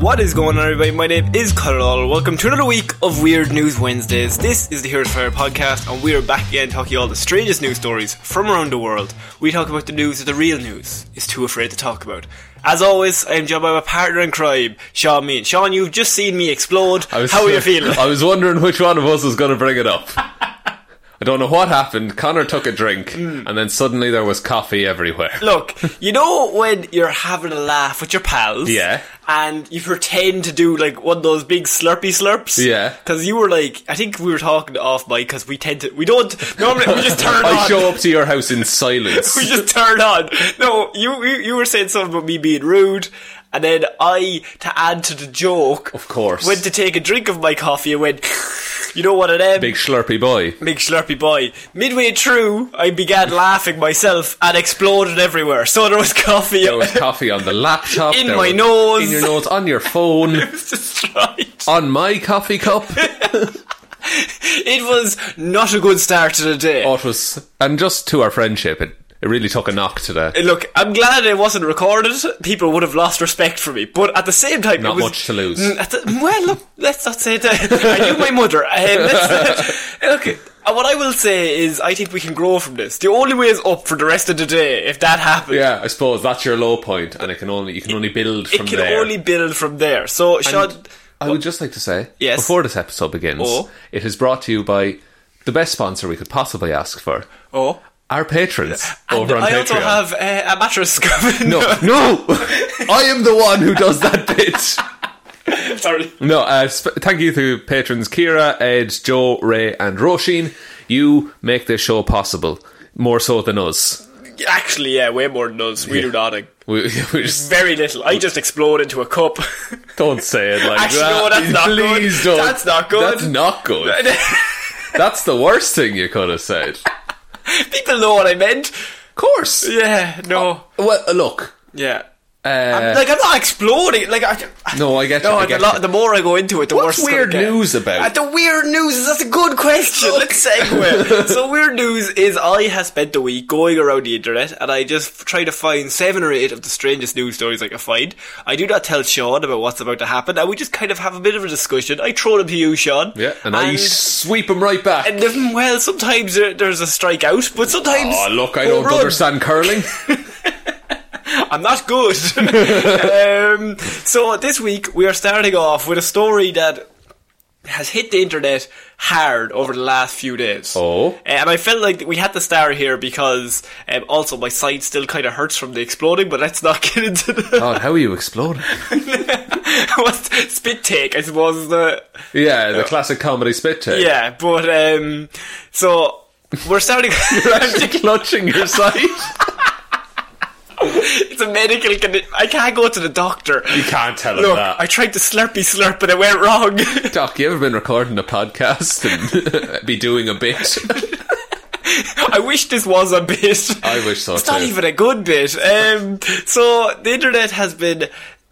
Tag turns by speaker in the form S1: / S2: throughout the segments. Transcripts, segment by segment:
S1: What is going on, everybody? My name is Carl. Welcome to another week of Weird News Wednesdays. This is the Heroes Fire podcast, and we are back again talking all the strangest news stories from around the world. We talk about the news that the real news is too afraid to talk about. As always, I am joined by my partner in crime, Sean Mean. Sean, you've just seen me explode.
S2: I was-
S1: How are you feeling?
S2: I was wondering which one of us was going to bring it up. I don't know what happened. Connor took a drink, and then suddenly there was coffee everywhere.
S1: Mm. Look, you know when you're having a laugh with your pals,
S2: Yeah.
S1: and you pretend to do like one of those big slurpy slurps,
S2: Yeah.
S1: Because you were like, I think we were talking off mic because we tend to, we don't normally we just turn
S2: I
S1: on.
S2: show up to your house in silence.
S1: we just turn on. No, you, you you were saying something about me being rude, and then I, to add to the joke,
S2: Of course.
S1: went to take a drink of my coffee and went, you know what, it am.
S2: Big slurpy boy.
S1: Big slurpy boy. Midway through, I began laughing myself and exploded everywhere. So there was coffee.
S2: There was coffee on the laptop.
S1: In
S2: there
S1: my
S2: was-
S1: nose.
S2: In your nose, on your phone,
S1: destroyed.
S2: on my coffee cup.
S1: It was not a good start to the day.
S2: Oh, it was, and just to our friendship, it, it really took a knock to the.
S1: Look, I'm glad it wasn't recorded. People would have lost respect for me, but at the same time,
S2: Not
S1: it was,
S2: much to lose.
S1: Mm, at the- well, look, let's not say that. I knew my mother. Um, let's, look, uh, what I will say is, I think we can grow from this. The only way is up for the rest of the day if that happens.
S2: Yeah, I suppose that's your low point, and it can only you can only build
S1: it
S2: from
S1: can
S2: there.
S1: only build from there. So, Sean,
S2: And I would just like to say,
S1: Yes.
S2: before this episode begins,
S1: Oh.
S2: it is brought to you by the best sponsor we could possibly ask for.
S1: Oh.
S2: Our patrons over on
S1: I
S2: Patreon.
S1: also have uh, a mattress covered.
S2: no, no! I am the one who does that bit!
S1: sorry.
S2: No, uh, sp- thank you to patrons Kira, Ed, Joe, Ray, and Roisin. You make this show possible, more so than us.
S1: Actually, yeah, way more than us. We do nothing.
S2: We, we just
S1: Very little. I just explode into a cup.
S2: don't say it like
S1: Actually,
S2: that.
S1: no, that's not good.
S2: Please don't.
S1: That's not good.
S2: That's not good. that's the worst thing you could have said. Of
S1: People know what I meant.
S2: course.
S1: Yeah, no.
S2: Well, uh, look.
S1: Yeah.
S2: Uh,
S1: like, I'm not exploding. Like, I.
S2: no, I get you.
S1: No,
S2: I
S1: the,
S2: get
S1: lo-
S2: you.
S1: the more I go into it, the
S2: What's
S1: worse. it's
S2: weird
S1: gonna get.
S2: news about?
S1: Uh, the weird news is that's a good question. Let's segue. so weird news is I have spent the week going around the internet and I just try to find seven or eight of the strangest news stories I can find. I do not tell Sean about what's about to happen, and we just kind of have a bit of a discussion. I throw them to you, Sean.
S2: yeah, and, I sweep him right back.
S1: and then, well, sometimes there- there's a strikeout, but sometimes.
S2: oh, look, I
S1: Oh,
S2: don't
S1: run.
S2: understand curling.
S1: I'm not good. um, so this week we are starting off with a story that has hit the internet hard over the last few days. Uh,
S2: Oh.
S1: and I felt like we had to start here because um, also my side still kind of hurts from the exploding. But let's not get into the
S2: God, Oh, how are you exploding?
S1: what's spit take. I suppose is the
S2: Yeah, the classic comedy spit take.
S1: yeah. But um, so we're starting.
S2: You're actually clutching your side.
S1: It's a medical condition. I can't go to the doctor.
S2: You can't tell him
S1: Look,
S2: that.
S1: I tried to slurpy slurp, but it went wrong.
S2: Doc, you ever been recording a podcast and be doing a bit?
S1: I wish this was a bit.
S2: I wish so
S1: It's not
S2: too.
S1: even a good bit. Um, so the internet has been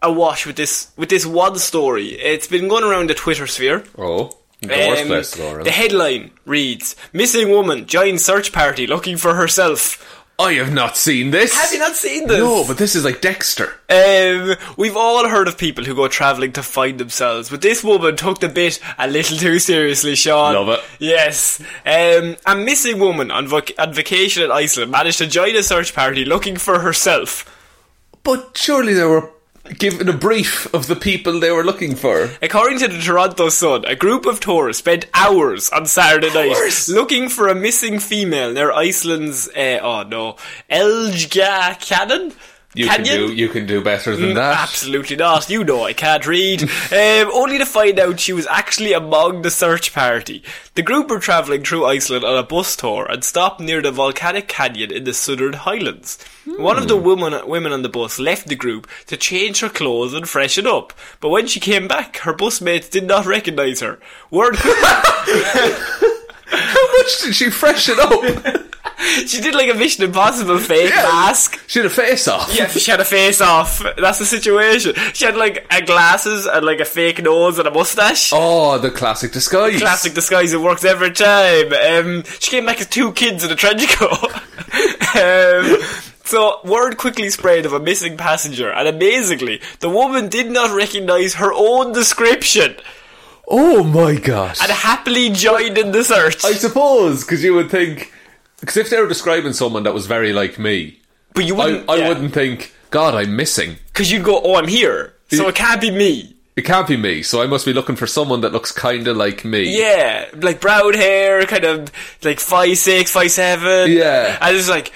S1: awash with this with this one story. It's been going around the Twitter sphere.
S2: Oh, the worst
S1: Um,
S2: place to go around.
S1: the headline reads: "Missing woman joins search party looking for herself."
S2: I have not seen this.
S1: Have you not seen this?
S2: No, but this is like Dexter.
S1: Um, we've all heard of people who go travelling to find themselves, but this woman took the bit a little too seriously, Sean.
S2: Love it.
S1: Yes. Um, a missing woman on, vac- on vacation in Iceland managed to join a search party looking for herself.
S2: But surely they were given a brief of the people they were looking for.
S1: According to the Toronto Sun, a group of tourists spent hours on Saturday night looking for a missing female near Iceland's, uh, oh no, Elga Cannon?
S2: You can do. You can do better than that.
S1: Mm, Absolutely not. You know I can't read. um, only to find out she was actually among the search party. The group were travelling through Iceland on a bus tour and stopped near the volcanic canyon in the Southern Highlands. One
S2: Hmm.
S1: of the women women on the bus left the group to change her clothes and freshen up. But when she came back, her bus mates did not recognise her. Word.
S2: How much did she freshen up?
S1: she did like a Mission Impossible fake
S2: Yeah.
S1: mask.
S2: she had a face off.
S1: Yeah, she had a face off. That's the situation. She had like a glasses and like a fake nose and a mustache.
S2: Oh, the classic disguise.
S1: Classic disguise, it works every time. Um, she came back as two kids in a trench coat. um, so, word quickly spread of a missing passenger, and amazingly, the woman did not recognise her own description
S2: Oh my gosh.
S1: and happily joined in the search.
S2: I suppose because you would think because if they were describing someone that was very like me,
S1: but you
S2: I,
S1: wouldn't,
S2: I wouldn't think. God, I'm missing.
S1: because you'd go, "Oh, I'm here," so
S2: Yeah.
S1: it can't be me.
S2: It can't be me, so I must be looking for someone that looks kind of like me.
S1: Yeah, like brown hair, kind of like five six, five seven.
S2: Yeah.
S1: and it's like,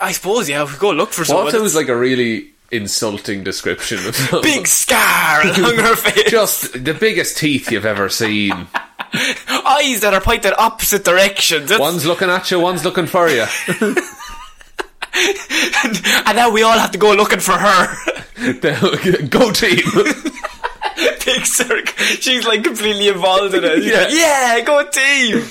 S1: I suppose yeah, if we go look for someone.
S2: What if it was like a really insulting description of someone?
S1: big scar along her face.
S2: just the biggest teeth you've ever seen.
S1: eyes that are pointed opposite directions. That's-
S2: One's looking at you, one's looking for you.
S1: and, and now we all have to go looking for her.
S2: Go team.
S1: Big Cirque. She's like completely involved in it. She's
S2: Yeah.
S1: like, yeah, go team.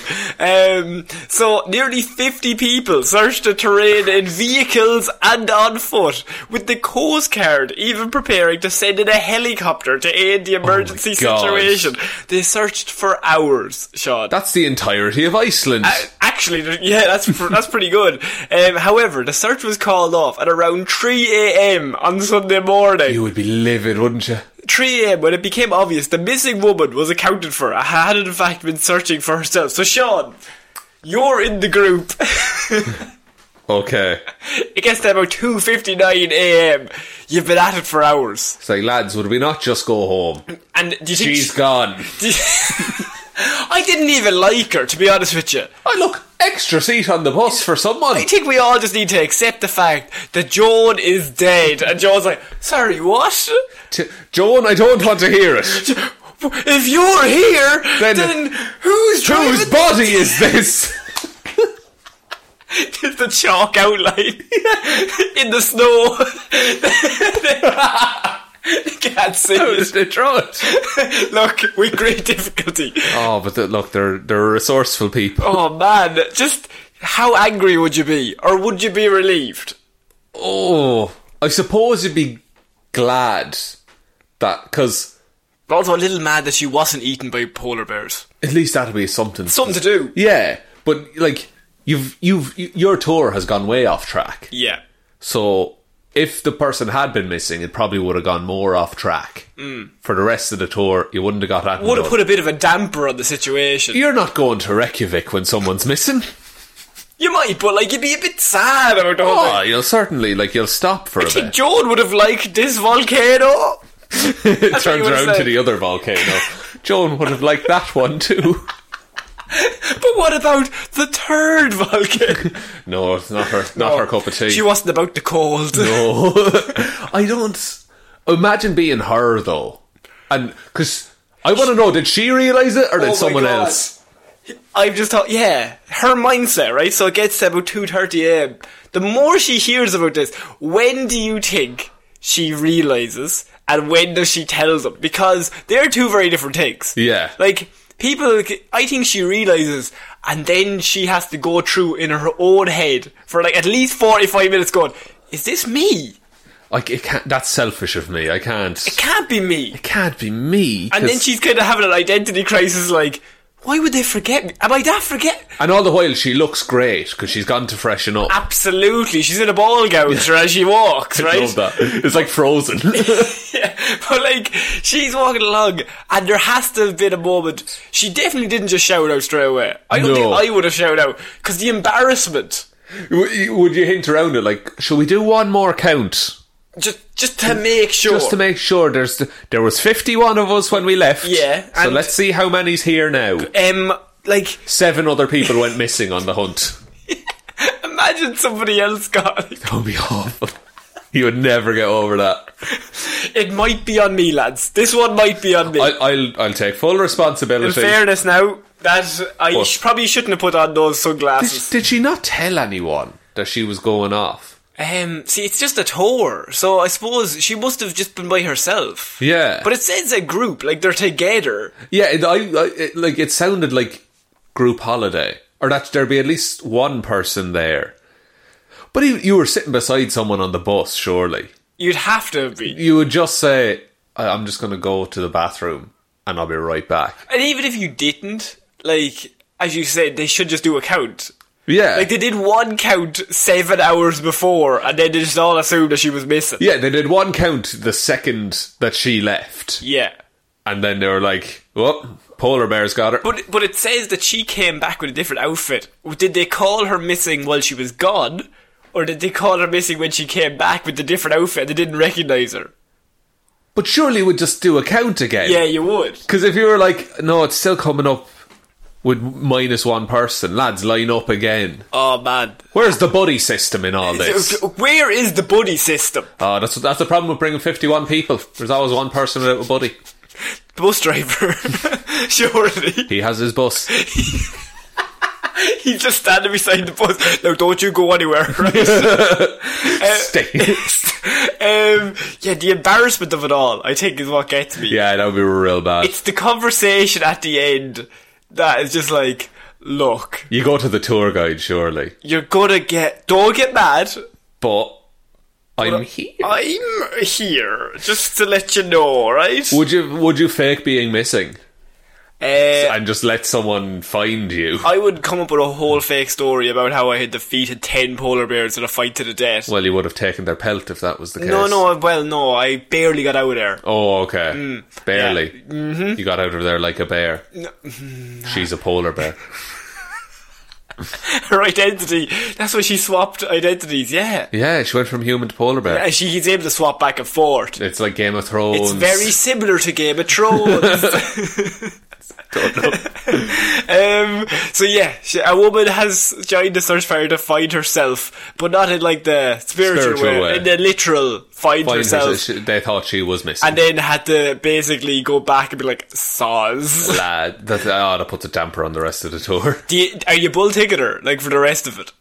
S1: Um, so nearly 50 people searched the terrain in vehicles and on foot, with the Coast Guard even preparing to send in a helicopter to aid
S2: Oh
S1: the emergency
S2: God.
S1: situation. They searched for hours, Sean.
S2: That's the entirety of Iceland.
S1: A- Uh, Actually, th- yeah, that's pr- that's pretty good. Um, however, the search was called off at around 3 a.m. on Sunday morning.
S2: you would be livid, wouldn't you?
S1: 3 a.m. when it became obvious the missing woman was accounted for and had in fact been searching for herself. So, Sean, you're in the group.
S2: Okay.
S1: it gets to about 2:59 a.m. You've been at it for hours,
S2: It's like, lads, would we not just go home?
S1: and do you think?
S2: She's gone.
S1: do you- I didn't even like her, to be honest with you.
S2: Oh, look, extra seat on the bus for someone.
S1: I think we all just need to accept the fact that Joan is dead. And Joan's like, sorry, what?
S2: T- Joan, I don't want to hear it.
S1: If you're here,
S2: Then-
S1: then, who's
S2: Whose
S1: driving
S2: body is this?
S1: the chalk outline in the snow? they can't see
S2: How did
S1: it.
S2: they draw it?
S1: Look, with great difficulty.
S2: Oh, but the, look, they're they're resourceful people. Oh.
S1: Oh man, just how angry would you be, or would you be relieved?
S2: Oh, I suppose you'd be glad that because
S1: But also a little mad that she wasn't eaten by polar bears.
S2: at least that'd be something.
S1: Something to do.
S2: Yeah, but like you've you've y- your tour has gone way off track.
S1: Yeah.
S2: So if the person had been missing, it probably would have gone more off track. Mm. For the rest of the tour, you wouldn't have got that.
S1: Would have
S2: done.
S1: put a bit of a damper on the situation.
S2: You're not going to Reykjavik when someone's missing.
S1: You might, but like you'd be a bit sad about the whole
S2: Oh,
S1: thing.
S2: you'll certainly like you'll stop for a
S1: I think
S2: bit.
S1: Joan would have liked this volcano. what
S2: it
S1: you
S2: turns
S1: would've
S2: around to
S1: said.
S2: the other volcano. Joan would have liked that one too.
S1: But what about the third volcano?
S2: No, it's not her. Not her cup of tea.
S1: She wasn't about the cold. Oh
S2: No, I don't. Imagine being her though, and because I want to know, did she realize it or did
S1: Oh my
S2: someone
S1: God.
S2: else?
S1: I've just thought, yeah, her mindset, right? So it gets to about 2.30 a.m. The more she hears about this, when do you think she realizes and when does she tell them? Because they're two very different takes.
S2: Yeah.
S1: Like, people, I think she realizes and then she has to go through in her own head for like at least 45 minutes going, is this me?
S2: Like it can't, that's selfish of me. I can't.
S1: It can't be me.
S2: It can't be me.
S1: And then
S2: 'cause-
S1: she's kind of having an identity crisis like, why would they forget me? Am I that forget?
S2: And all the while, she looks great because she's gone to freshen up.
S1: Absolutely. She's in a ball gown sure, as she walks, right?
S2: I love that. It's like frozen.
S1: Yeah, but like, she's walking along, and there has to have been a moment. She definitely didn't just shout out straight away. I don't
S2: No.
S1: think I would have shouted out, because the embarrassment.
S2: W- you- Would you hint around it like, shall we do one more count?
S1: Just, just to make sure.
S2: Just to make sure there's th- there was 51 of us when we left.
S1: Yeah,
S2: So
S1: and-
S2: let's see how many's here now.
S1: um, like,
S2: Seven other people went missing on the hunt.
S1: imagine somebody else got.
S2: That would be awful. You would never get over that.
S1: It might be on me, lads. This one might be on me.
S2: I'll, I'll, I'll take full
S1: In
S2: responsibility.
S1: fairness, now that I
S2: What?
S1: sh- probably shouldn't have put on those
S2: Did,
S1: sunglasses.
S2: did she not tell anyone that she was going off?
S1: Um, see, it's just a tour, so I suppose she must have just been by herself.
S2: Yeah.
S1: But it says a group, like they're together.
S2: Yeah, it, I, I it, like it sounded like group holiday, or that there'd be at least one person there. But you, you were sitting beside someone on the bus, surely.
S1: You'd have to be.
S2: You would just say, "I- "I'm just going to go to the bathroom, and I'll be right back."
S1: And even if you didn't, like, as you said, they should just do a count.
S2: Yeah,
S1: Like, they did one count seven hours before, and then they just all assumed that she was missing.
S2: yeah, they did one count the second that she left,
S1: Yeah.
S2: and then they were like, "Oh, polar bear's got her."
S1: But, but it says that she came back with a different outfit. Did they call her missing while she was gone? Or did they call her missing when she came back with the different outfit and they didn't recognise her?
S2: But surely we'd just do a count again.
S1: Yeah, you would.
S2: Because if you were like, no, it's still coming up with minus one person, lads, line up again.
S1: Oh, man.
S2: Where's the buddy system in all this?
S1: Where is the buddy system?
S2: Oh, that's that's the problem with bringing fifty-one people. There's always one person without a buddy.
S1: The bus driver. Surely.
S2: He has his bus.
S1: He's just standing beside the bus. No, don't you go anywhere, right? Uh,
S2: Stay.
S1: um, yeah, the embarrassment of it all, I think, is what gets me.
S2: yeah, that would be real bad.
S1: It's the conversation at the end that is just like, look,
S2: You go to the tour guide, surely.
S1: you're gonna get. Don't get mad.
S2: But I'm here.
S1: I'm here just to let you know, right?
S2: Would you would you fake being missing
S1: Uh,
S2: and just let someone find you?
S1: I would come up with a whole fake story about how I had defeated ten polar bears in a fight to the death.
S2: Well, you would have taken their pelt if that was the case.
S1: no, no, well, no, I Mm, barely got out of there.
S2: Oh, okay. Barely.
S1: Mm-hmm.
S2: You got out of there like a bear. She's a polar bear.
S1: Her identity—that's why she swapped identities. Yeah,
S2: yeah, she went from human to polar bear.
S1: and she's able to swap back and forth.
S2: It's like Game of Thrones.
S1: It's very similar to Game of Thrones. um, so yeah, she, a woman has joined the search fire to find herself, but not in like the spiritual,
S2: Spiritual
S1: way,
S2: way.
S1: in the literal find,
S2: Find
S1: herself,
S2: herself- she- They thought she was missing.
S1: and then had to basically go back and be like, "Saws,
S2: Lad, that, oh, that puts a damper on the rest of the tour.
S1: Do you, are you bull ticking her like for the rest of it?"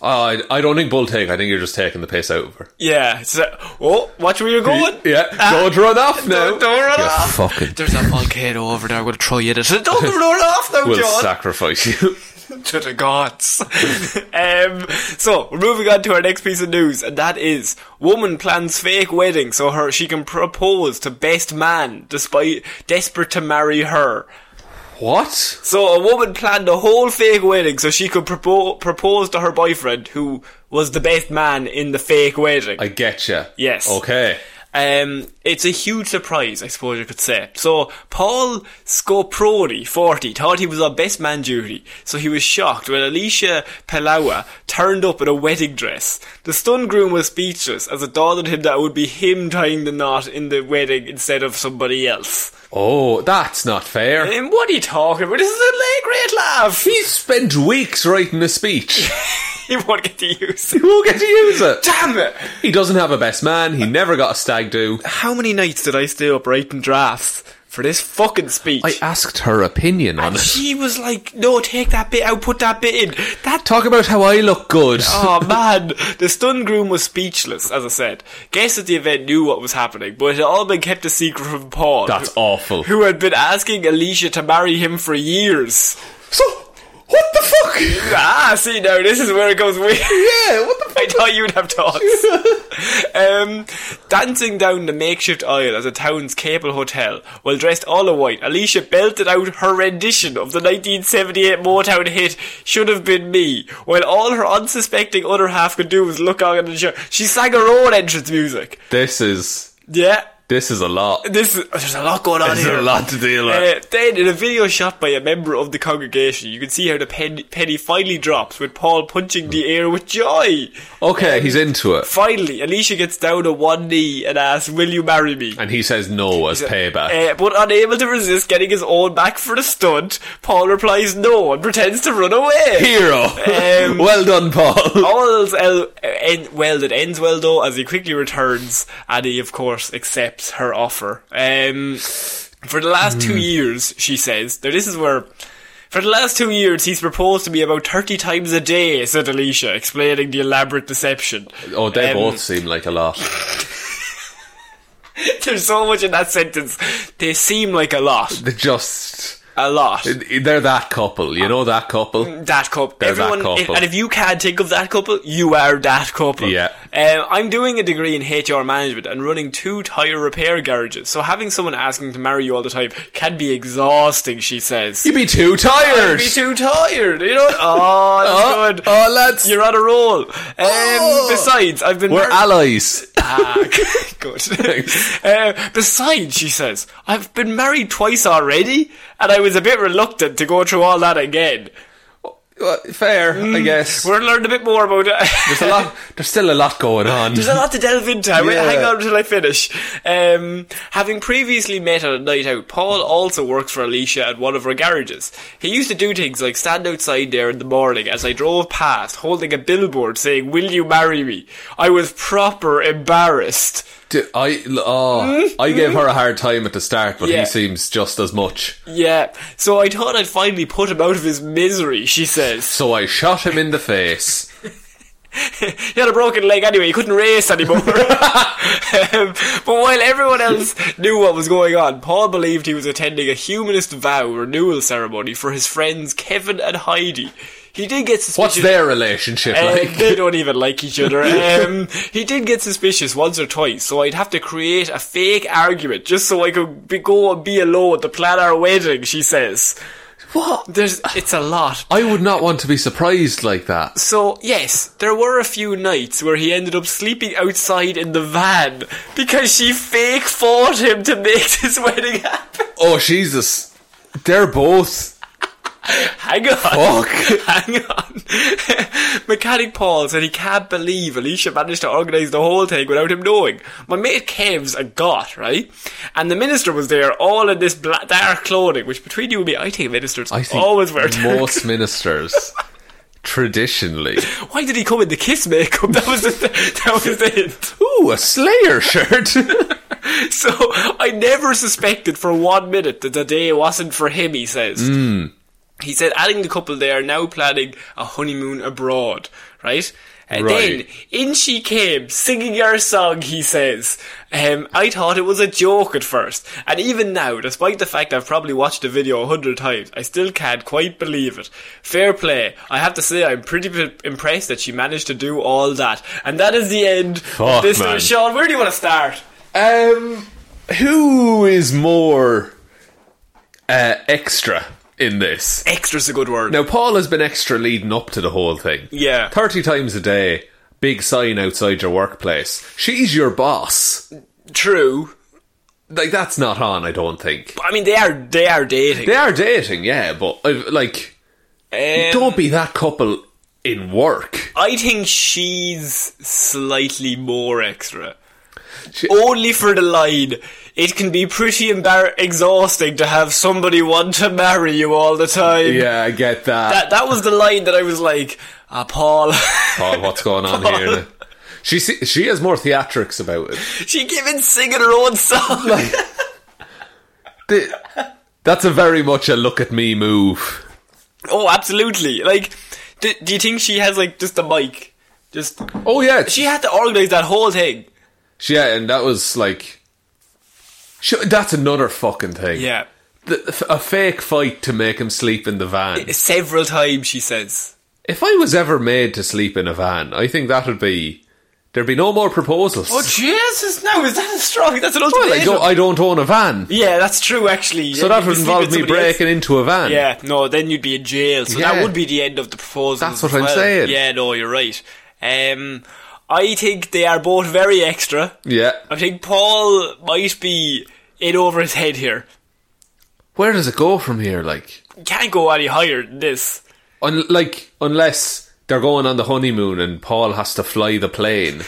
S2: Oh, I, I don't think bull take. I think you're just taking the piss out of her.
S1: Yeah. It's like, oh, watch where you're going.
S2: Yeah, don't run off now.
S1: Uh, Don't, don't run
S2: You
S1: off.
S2: fucking-
S1: There's a volcano over there. I'm going to throw you in it. Don't run off now,
S2: We'll
S1: John.
S2: sacrifice you.
S1: to the gods. um, so we're moving on to our next piece of news, and that is woman plans fake wedding so her she can propose to best man despite desperate to marry her.
S2: what?
S1: So a woman planned a whole fake wedding so she could propo- propose to her boyfriend who was the best man in the fake wedding.
S2: I get you.
S1: Yes.
S2: Okay.
S1: Um, it's a huge surprise, I suppose you could say. So, Paul Scoproni, 40, thought he was on best man duty, so he was shocked when Alicia Pelawa turned up in a wedding dress. The stunned groom was speechless as it dawned on him that it would be him tying the knot in the wedding instead of somebody else.
S2: Oh, that's not fair.
S1: And what are you talking about? This is a great laugh!
S2: He spent weeks writing a speech.
S1: He won't get to use
S2: He
S1: it.
S2: won't get to use it.
S1: Damn it!
S2: He doesn't have a best man. He never got a stag do.
S1: How many nights did I stay up writing drafts? for this fucking speech.
S2: I asked her opinion on
S1: and
S2: it.
S1: she was like, "No, take that bit out. Put that bit in." That
S2: Talk about how I look good.
S1: Oh man, the stunned groom was speechless, as I said. Guests at the event knew what was happening, but it had all been kept a secret from Paul.
S2: That's
S1: who-
S2: awful.
S1: Who had been asking Alicia to marry him for years.
S2: So, what the fuck?
S1: Ah, see now, this is where it goes weird.
S2: Yeah, what the
S1: I thought you'd have thoughts. um, dancing down the makeshift aisle at the town's Capel Hotel, while dressed all in white, Alicia belted out her rendition of the 1978 Motown hit "Should Have Been Me," while all her unsuspecting other half could do was look on and show. She sang her own entrance music.
S2: This is
S1: Yeah,
S2: this is a lot.
S1: this is, oh, there's a lot going on
S2: There's
S1: here.
S2: a lot to deal with.
S1: Uh, then, in a video shot by a member of the congregation, you can see how the pen, penny finally drops with Paul punching the air with joy. eh,
S2: Okay, he's into it,
S1: Finally, Alicia gets down on one knee and asks, Will you marry me?
S2: and he says no as payback.
S1: Uh, but unable to resist getting his own back for the stunt, Paul replies no and pretends to run away.
S2: Hero.
S1: um,
S2: well done, Paul.
S1: All's el- en- well that ends well though, as he quickly returns and he, of course, accepts her offer. Um, for the last two years, she says, now this is where. For the last two years, he's proposed to me about 30 times a day, said Alicia, explaining the elaborate deception.
S2: Oh, they
S1: Um,
S2: both seem like a lot.
S1: There's so much in that sentence. They seem like a lot.
S2: They just
S1: A lot.
S2: they're that couple. You know that couple.
S1: That couple.
S2: They're that
S1: Everyone, if-
S2: couple.
S1: and if you can't think of that couple, you are that couple.
S2: Yeah.
S1: Um, I'm doing a degree in HR management and running two tire repair garages, so having someone asking to marry you all the time can be exhausting. She says.
S2: You'd be too tired.
S1: I'd be too tired. You know. Oh,
S2: Oh,
S1: that's good.
S2: oh, lads.
S1: You're on a roll. Um,
S2: Oh.
S1: Besides, I've been.
S2: We're
S1: mar-
S2: allies.
S1: Ah, good. Uh, besides, she says, I've been married twice already, and I was a bit reluctant to go through all that again.
S2: Well, Fair, I guess.
S1: Mm, We're gonna learn a bit more about it.
S2: There's a lot. There's still a lot going on.
S1: There's a lot to delve into. I will
S2: Yeah.
S1: Hang on until I finish. Um, having previously met on a night out, Paul also works for Alicia at one of her garages. He used to do things like stand outside there in the morning as I drove past, holding a billboard saying, Will you marry me? I was proper embarrassed.
S2: Do- I oh, I gave her a hard time at the start, but
S1: Mm-hmm. Yeah.
S2: he seems just as much.
S1: Yeah, so I thought I'd finally put him out of his misery, she says.
S2: So I shot him in the face.
S1: He had a broken leg anyway, he couldn't race anymore. um, but while everyone else knew what was going on, Paul believed he was attending a humanist vow renewal ceremony for his friends Kevin and Heidi. He did get suspicious.
S2: What's their relationship
S1: Uh,
S2: like?
S1: they don't even like each other. Um, he did get suspicious once or twice, so I'd have to create a fake argument just so I could be, go and be alone to plan our wedding, she says.
S2: What?
S1: There's, it's a lot.
S2: I would not want to be surprised like that.
S1: So, yes, there were a few nights where he ended up sleeping outside in the van because she fake fought him to make this wedding happen.
S2: Oh Jesus! They're both
S1: Hang on.
S2: Fuck.
S1: Hang on. Mechanic Paul said he can't believe Alicia managed to organise the whole thing without him knowing. My mate Kev's a god, right? And the minister was there, all in this black, dark clothing, which between you and me, I think ministers
S2: I think
S1: always wear dark
S2: most ministers traditionally.
S1: Why did he come in the kiss makeup? That was the, that was it.
S2: Ooh, a Slayer shirt.
S1: So I never suspected for one minute that the day wasn't for him. He says.
S2: Hmm.
S1: He said, adding the couple, they are now planning a honeymoon abroad. Right. And then
S2: Right.
S1: in she came, singing our song. He says, um, "I thought it was a joke at first, and even now, despite the fact I've probably watched the video a hundred times, I still can't quite believe it. Fair play. I have to say, I'm pretty p- impressed that she managed to do all that. And that is the end
S2: Fuck,
S1: of this.
S2: man.
S1: Sean, where do you want to start?
S2: um, who is more uh, extra in this?
S1: Extra's a good word.
S2: Now, Paul has been extra leading up to the whole thing.
S1: Yeah.
S2: 30 times a day, big sign outside your workplace. She's your boss.
S1: True.
S2: Like, that's not on, I don't think.
S1: I mean, they are they are dating.
S2: They are dating, yeah, but, uh, like,
S1: Um,
S2: don't be that couple in work.
S1: I think she's slightly more extra.
S2: She-
S1: Only for the line. It can be pretty embar- exhausting to have somebody want to marry you all the time.
S2: Yeah, I get that.
S1: That that was the line that I was like, ah, Paul.
S2: Paul, what's going on here? now? She, se- she has more theatrics about it.
S1: she came in singing her own song.
S2: The- that's a very much a look at me move.
S1: Oh, absolutely. Like, do, do you think she has like just a mic? Just
S2: Oh yeah, it's-
S1: she had to organize that whole thing.
S2: yeah, and that was like, sh- that's another fucking thing.
S1: Yeah,
S2: The- f- a fake fight to make him sleep in the van.
S1: several times she says.
S2: If I was ever made to sleep in a van, I think that would be there'd be no more proposals.
S1: Oh Jesus! No, is that a strong? That's an
S2: Well,
S1: ultimatum.
S2: I don't, I don't own a van,
S1: yeah, that's true. Actually,
S2: so
S1: Yeah,
S2: that
S1: you
S2: would
S1: can sleep
S2: involve
S1: with
S2: me
S1: somebody else.
S2: breaking into a van.
S1: Yeah, no, then you'd be in jail. So
S2: Yeah.
S1: that would be the end of the proposal.
S2: That's what I'm saying.
S1: Yeah, no, you're right. Um, I think they are both very extra.
S2: yeah.
S1: I think Paul might be in over his head here.
S2: Where does it go from here? Like,
S1: Can't go any higher than this.
S2: un- like unless they're going on the honeymoon and Paul has to fly the plane.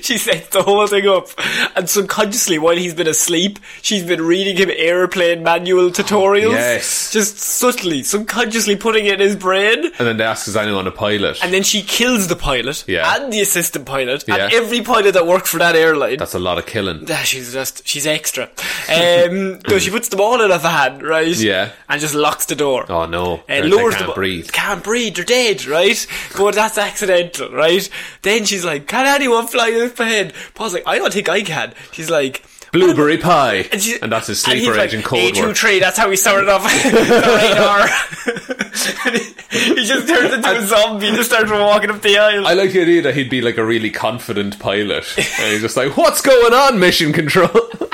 S1: She sets the whole thing up, and subconsciously, while he's been asleep, she's been reading him airplane manual tutorials.
S2: Oh, Yes.
S1: Just subtly, subconsciously putting it in his brain.
S2: And then they ask, is anyone a pilot?
S1: And then she kills the pilot
S2: Yeah.
S1: and the assistant pilot and
S2: Yeah.
S1: every pilot that worked for that airline.
S2: That's a lot of killing.
S1: Ah, she's just she's extra. Um, no, she puts them all in a van, right?
S2: Yeah.
S1: and just locks the door.
S2: Oh, no.
S1: And
S2: They
S1: lures
S2: can't
S1: them.
S2: breathe.
S1: Can't breathe. They're dead, right? But that's accidental, right? Then she's like, "Can anyone fly this plane?" Paul's like, "I don't think I can." She's like.
S2: Blueberry pie.
S1: And, she-
S2: And that's his
S1: and he's
S2: sleeper
S1: like,
S2: agent code word.
S1: A23, that's how we started off the radar. and he, he just turns into a zombie and just starts walking up the aisle.
S2: I like the idea that he'd be like a really confident pilot. And he's just like, what's going on, mission control?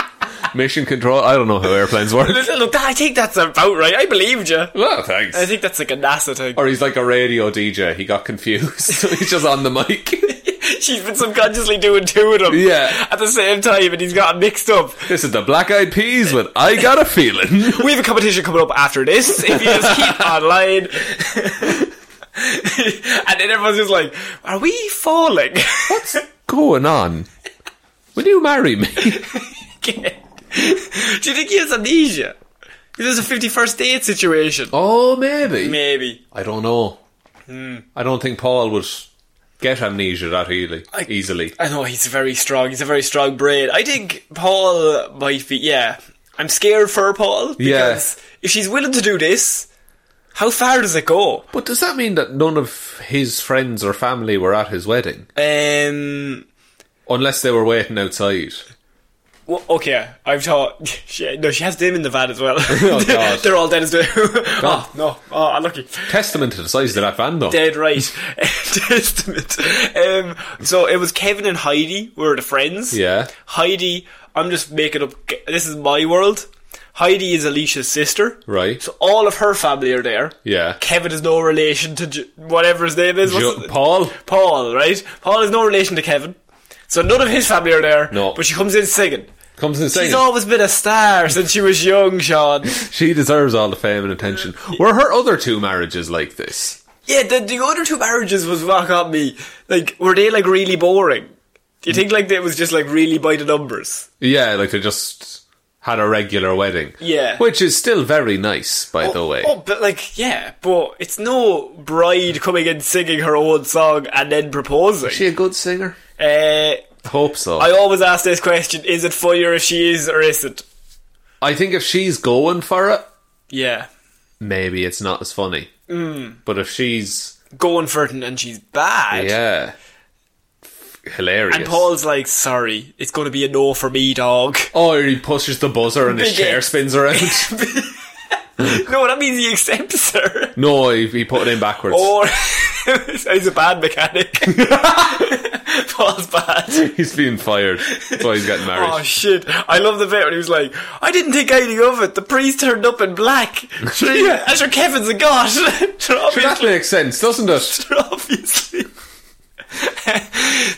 S2: mission control? I don't know how airplanes work.
S1: Look, look, I think that's about right. I believed you.
S2: well, thanks.
S1: I think that's like a NASA thing.
S2: or he's like a radio DJ. He got confused. so he's just on the mic.
S1: She's been subconsciously doing two of them.
S2: Yeah.
S1: At the same time, and he's gotten mixed up.
S2: this is the Black Eyed Peas with I Got a Feeling.
S1: We have a competition coming up after this. If you just keep online. and then everyone's just like, are we falling?
S2: What's going on? Will you marry me?
S1: Do you think he has amnesia? Because it's a 51st date situation.
S2: Oh, maybe.
S1: Maybe.
S2: I don't know.
S1: Hmm.
S2: I don't think Paul would get amnesia that easily. easily.
S1: I know he's very strong. He's a very strong brain. I think Paul might be. Yeah, I'm scared for Paul because if she's willing to do this, how far does it go?
S2: But does that mean that none of his friends or family were at his wedding?
S1: Um.
S2: Unless they were waiting outside.
S1: Well, okay, I've taught. She, no, she has them in the van as well.
S2: Oh, God.
S1: They're all dead as well. oh no! Oh, unlucky.
S2: Testament to the size of that van, though.
S1: Dead right. Testament. Um, so it was Kevin and Heidi were the friends.
S2: Yeah.
S1: Heidi, I'm just making up. This is my world. Heidi is Alicia's sister.
S2: Right.
S1: So all of her family are there.
S2: Yeah.
S1: Kevin is no relation to J- whatever his name is. What's
S2: Jo-
S1: it-
S2: Paul?
S1: Paul, right? Paul is no relation to Kevin. So none of his family are there.
S2: No.
S1: But she comes in singing.
S2: Comes in
S1: She's
S2: saying
S1: always been a star since she was young, Sean.
S2: she deserves all the fame and attention. Were her other two marriages like this?
S1: yeah, the, the other two marriages was rock on me. Like, were they like really boring? Do you think like they was just like really by the numbers?
S2: Yeah, like they just had a regular wedding.
S1: Yeah.
S2: Which is still very nice, by the way.
S1: Oh, but like, yeah, but it's no bride coming in singing her own song and then proposing.
S2: a good singer?
S1: uh,
S2: Hope so.
S1: I always ask this question: Is it funnier if she is or isn't?
S2: I think if she's going for it,
S1: Yeah,
S2: maybe it's not as funny.
S1: Hmm.
S2: But if she's
S1: going for it and- and she's bad.
S2: yeah, hilarious.
S1: And Paul's like, sorry, it's going to be a no for me, dog.
S2: oh, he pushes the buzzer and
S1: Big
S2: his chair
S1: X.
S2: spins around.
S1: Hmm. no, that means he accepts her.
S2: no, he, he put it in backwards.
S1: Or he's a bad mechanic. Paul's bad.
S2: He's being fired. That's why he's getting married.
S1: Oh shit! I love the bit when he was like, "I didn't think anything of it. The priest turned up in black.
S2: Yeah.
S1: I'm sure Kevin's a god. Sure,
S2: Sure, that makes sense, doesn't it?
S1: obviously.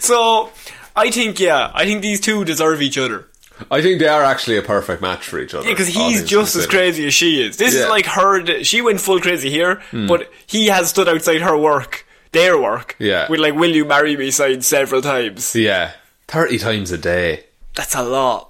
S1: so, I think yeah, I think these two deserve each other
S2: I think they are actually a perfect match for each other.
S1: because
S2: all
S1: he's
S2: things
S1: just as
S2: considered.
S1: crazy as she is. This
S2: Yeah. Hmm.
S1: is like her. She went full crazy here, but he has stood outside her work, their work.
S2: Yeah.
S1: with like, "Will you marry me?" signs several times.
S2: Yeah, thirty times a day.
S1: That's a lot.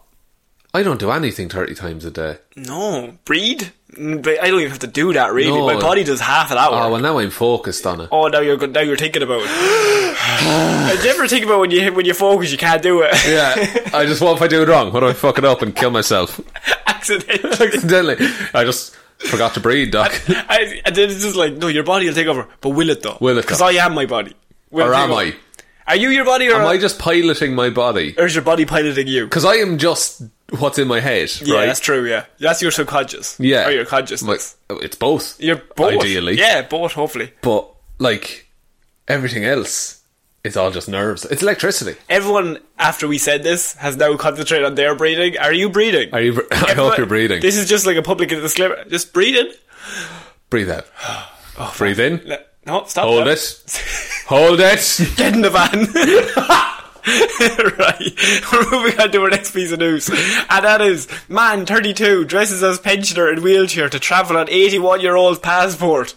S2: I don't do anything thirty times a day.
S1: No, breed. Mm, But I don't even have to do that really.
S2: No.
S1: My body does half of that work.
S2: Oh well, now I'm focused on it.
S1: Oh, now you're go- now you're thinking about it. Did you ever think about when you when you focus, you can't do it
S2: Yeah, I just what if I do it wrong? What do I fuck it up and kill myself
S1: accidentally?
S2: accidentally? I just forgot to breathe, doc.
S1: I, and then it's just like, no, your body will take over, but will it though?
S2: Will it
S1: Because
S2: though?
S1: I am my body. Will
S2: Or
S1: it take
S2: am
S1: over?
S2: I?
S1: Are you your body, or
S2: Am I just piloting my body?
S1: or is your body piloting you?
S2: Because I am just what's in my head,
S1: Yeah,
S2: right?
S1: that's true. Yeah, that's your subconscious.
S2: Yeah,
S1: or your consciousness.
S2: My- it's both.
S1: You're both.
S2: ideally.
S1: yeah, both. Hopefully,
S2: but like everything else, it's all just nerves. It's electricity.
S1: everyone after we said this has now concentrated on their breathing. Are you breathing?
S2: Are you? br- I hope
S1: Everyone-
S2: you're breathing.
S1: This is just like a public disclaimer. Just breathing.
S2: Breathe out. Breathe in.
S1: Oh, No, no, stop.
S2: Hold
S1: that.
S2: it. Hold it.
S1: Get in the van. right, we're moving on to our next piece of news, and that is man 32 dresses as pensioner in wheelchair to travel on 81 year old passport.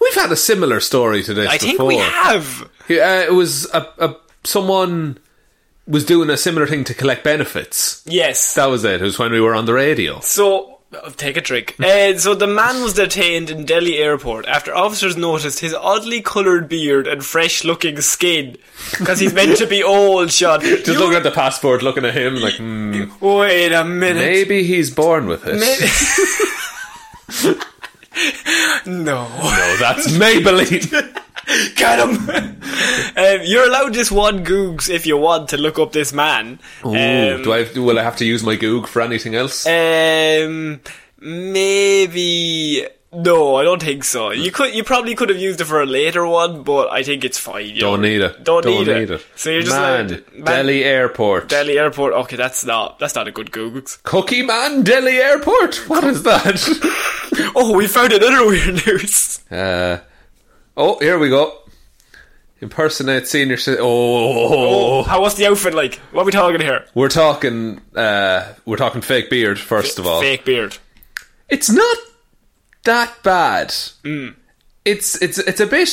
S2: We've had a similar story to this.
S1: I think
S2: before.
S1: we have.
S2: Uh, it was a, a someone was doing a similar thing to collect benefits.
S1: Yes,
S2: That was it. It was when we were on the radio.
S1: So, oh, take a drink. Uh, so, the man was detained in Delhi airport after officers noticed his oddly coloured beard and fresh looking skin. Because he's meant to be old, Sean.
S2: Just looking at the passport, looking at him, like hmm,
S1: Wait a minute.
S2: maybe he's born with it.
S1: No.
S2: no, Oh, that's Maybelline.
S1: Get him! um, you're allowed just one Googs if you want to look up this man.
S2: Ooh,
S1: Um,
S2: do I? Have, will I have to use my Goog for anything else?
S1: Um, maybe. No, I don't think so. You could, you probably could have used it for a later one, but I think it's fine. you
S2: Don't
S1: know.
S2: need it.
S1: Don't, need, it. So you're just
S2: man,
S1: like man,
S2: Delhi Airport.
S1: Delhi Airport. Okay, that's not that's not a good Google.
S2: Cookie Man, Delhi Airport. What is that?
S1: Oh, we found another weird news.
S2: uh, oh, here we go. Impersonate senior. Ci- oh,
S1: Oh, how was the outfit like? What are we talking here?
S2: we're talking. Uh, we're talking fake beard. First of all,
S1: Fake beard.
S2: it's not that bad.
S1: Mm.
S2: It's it's it's a bit.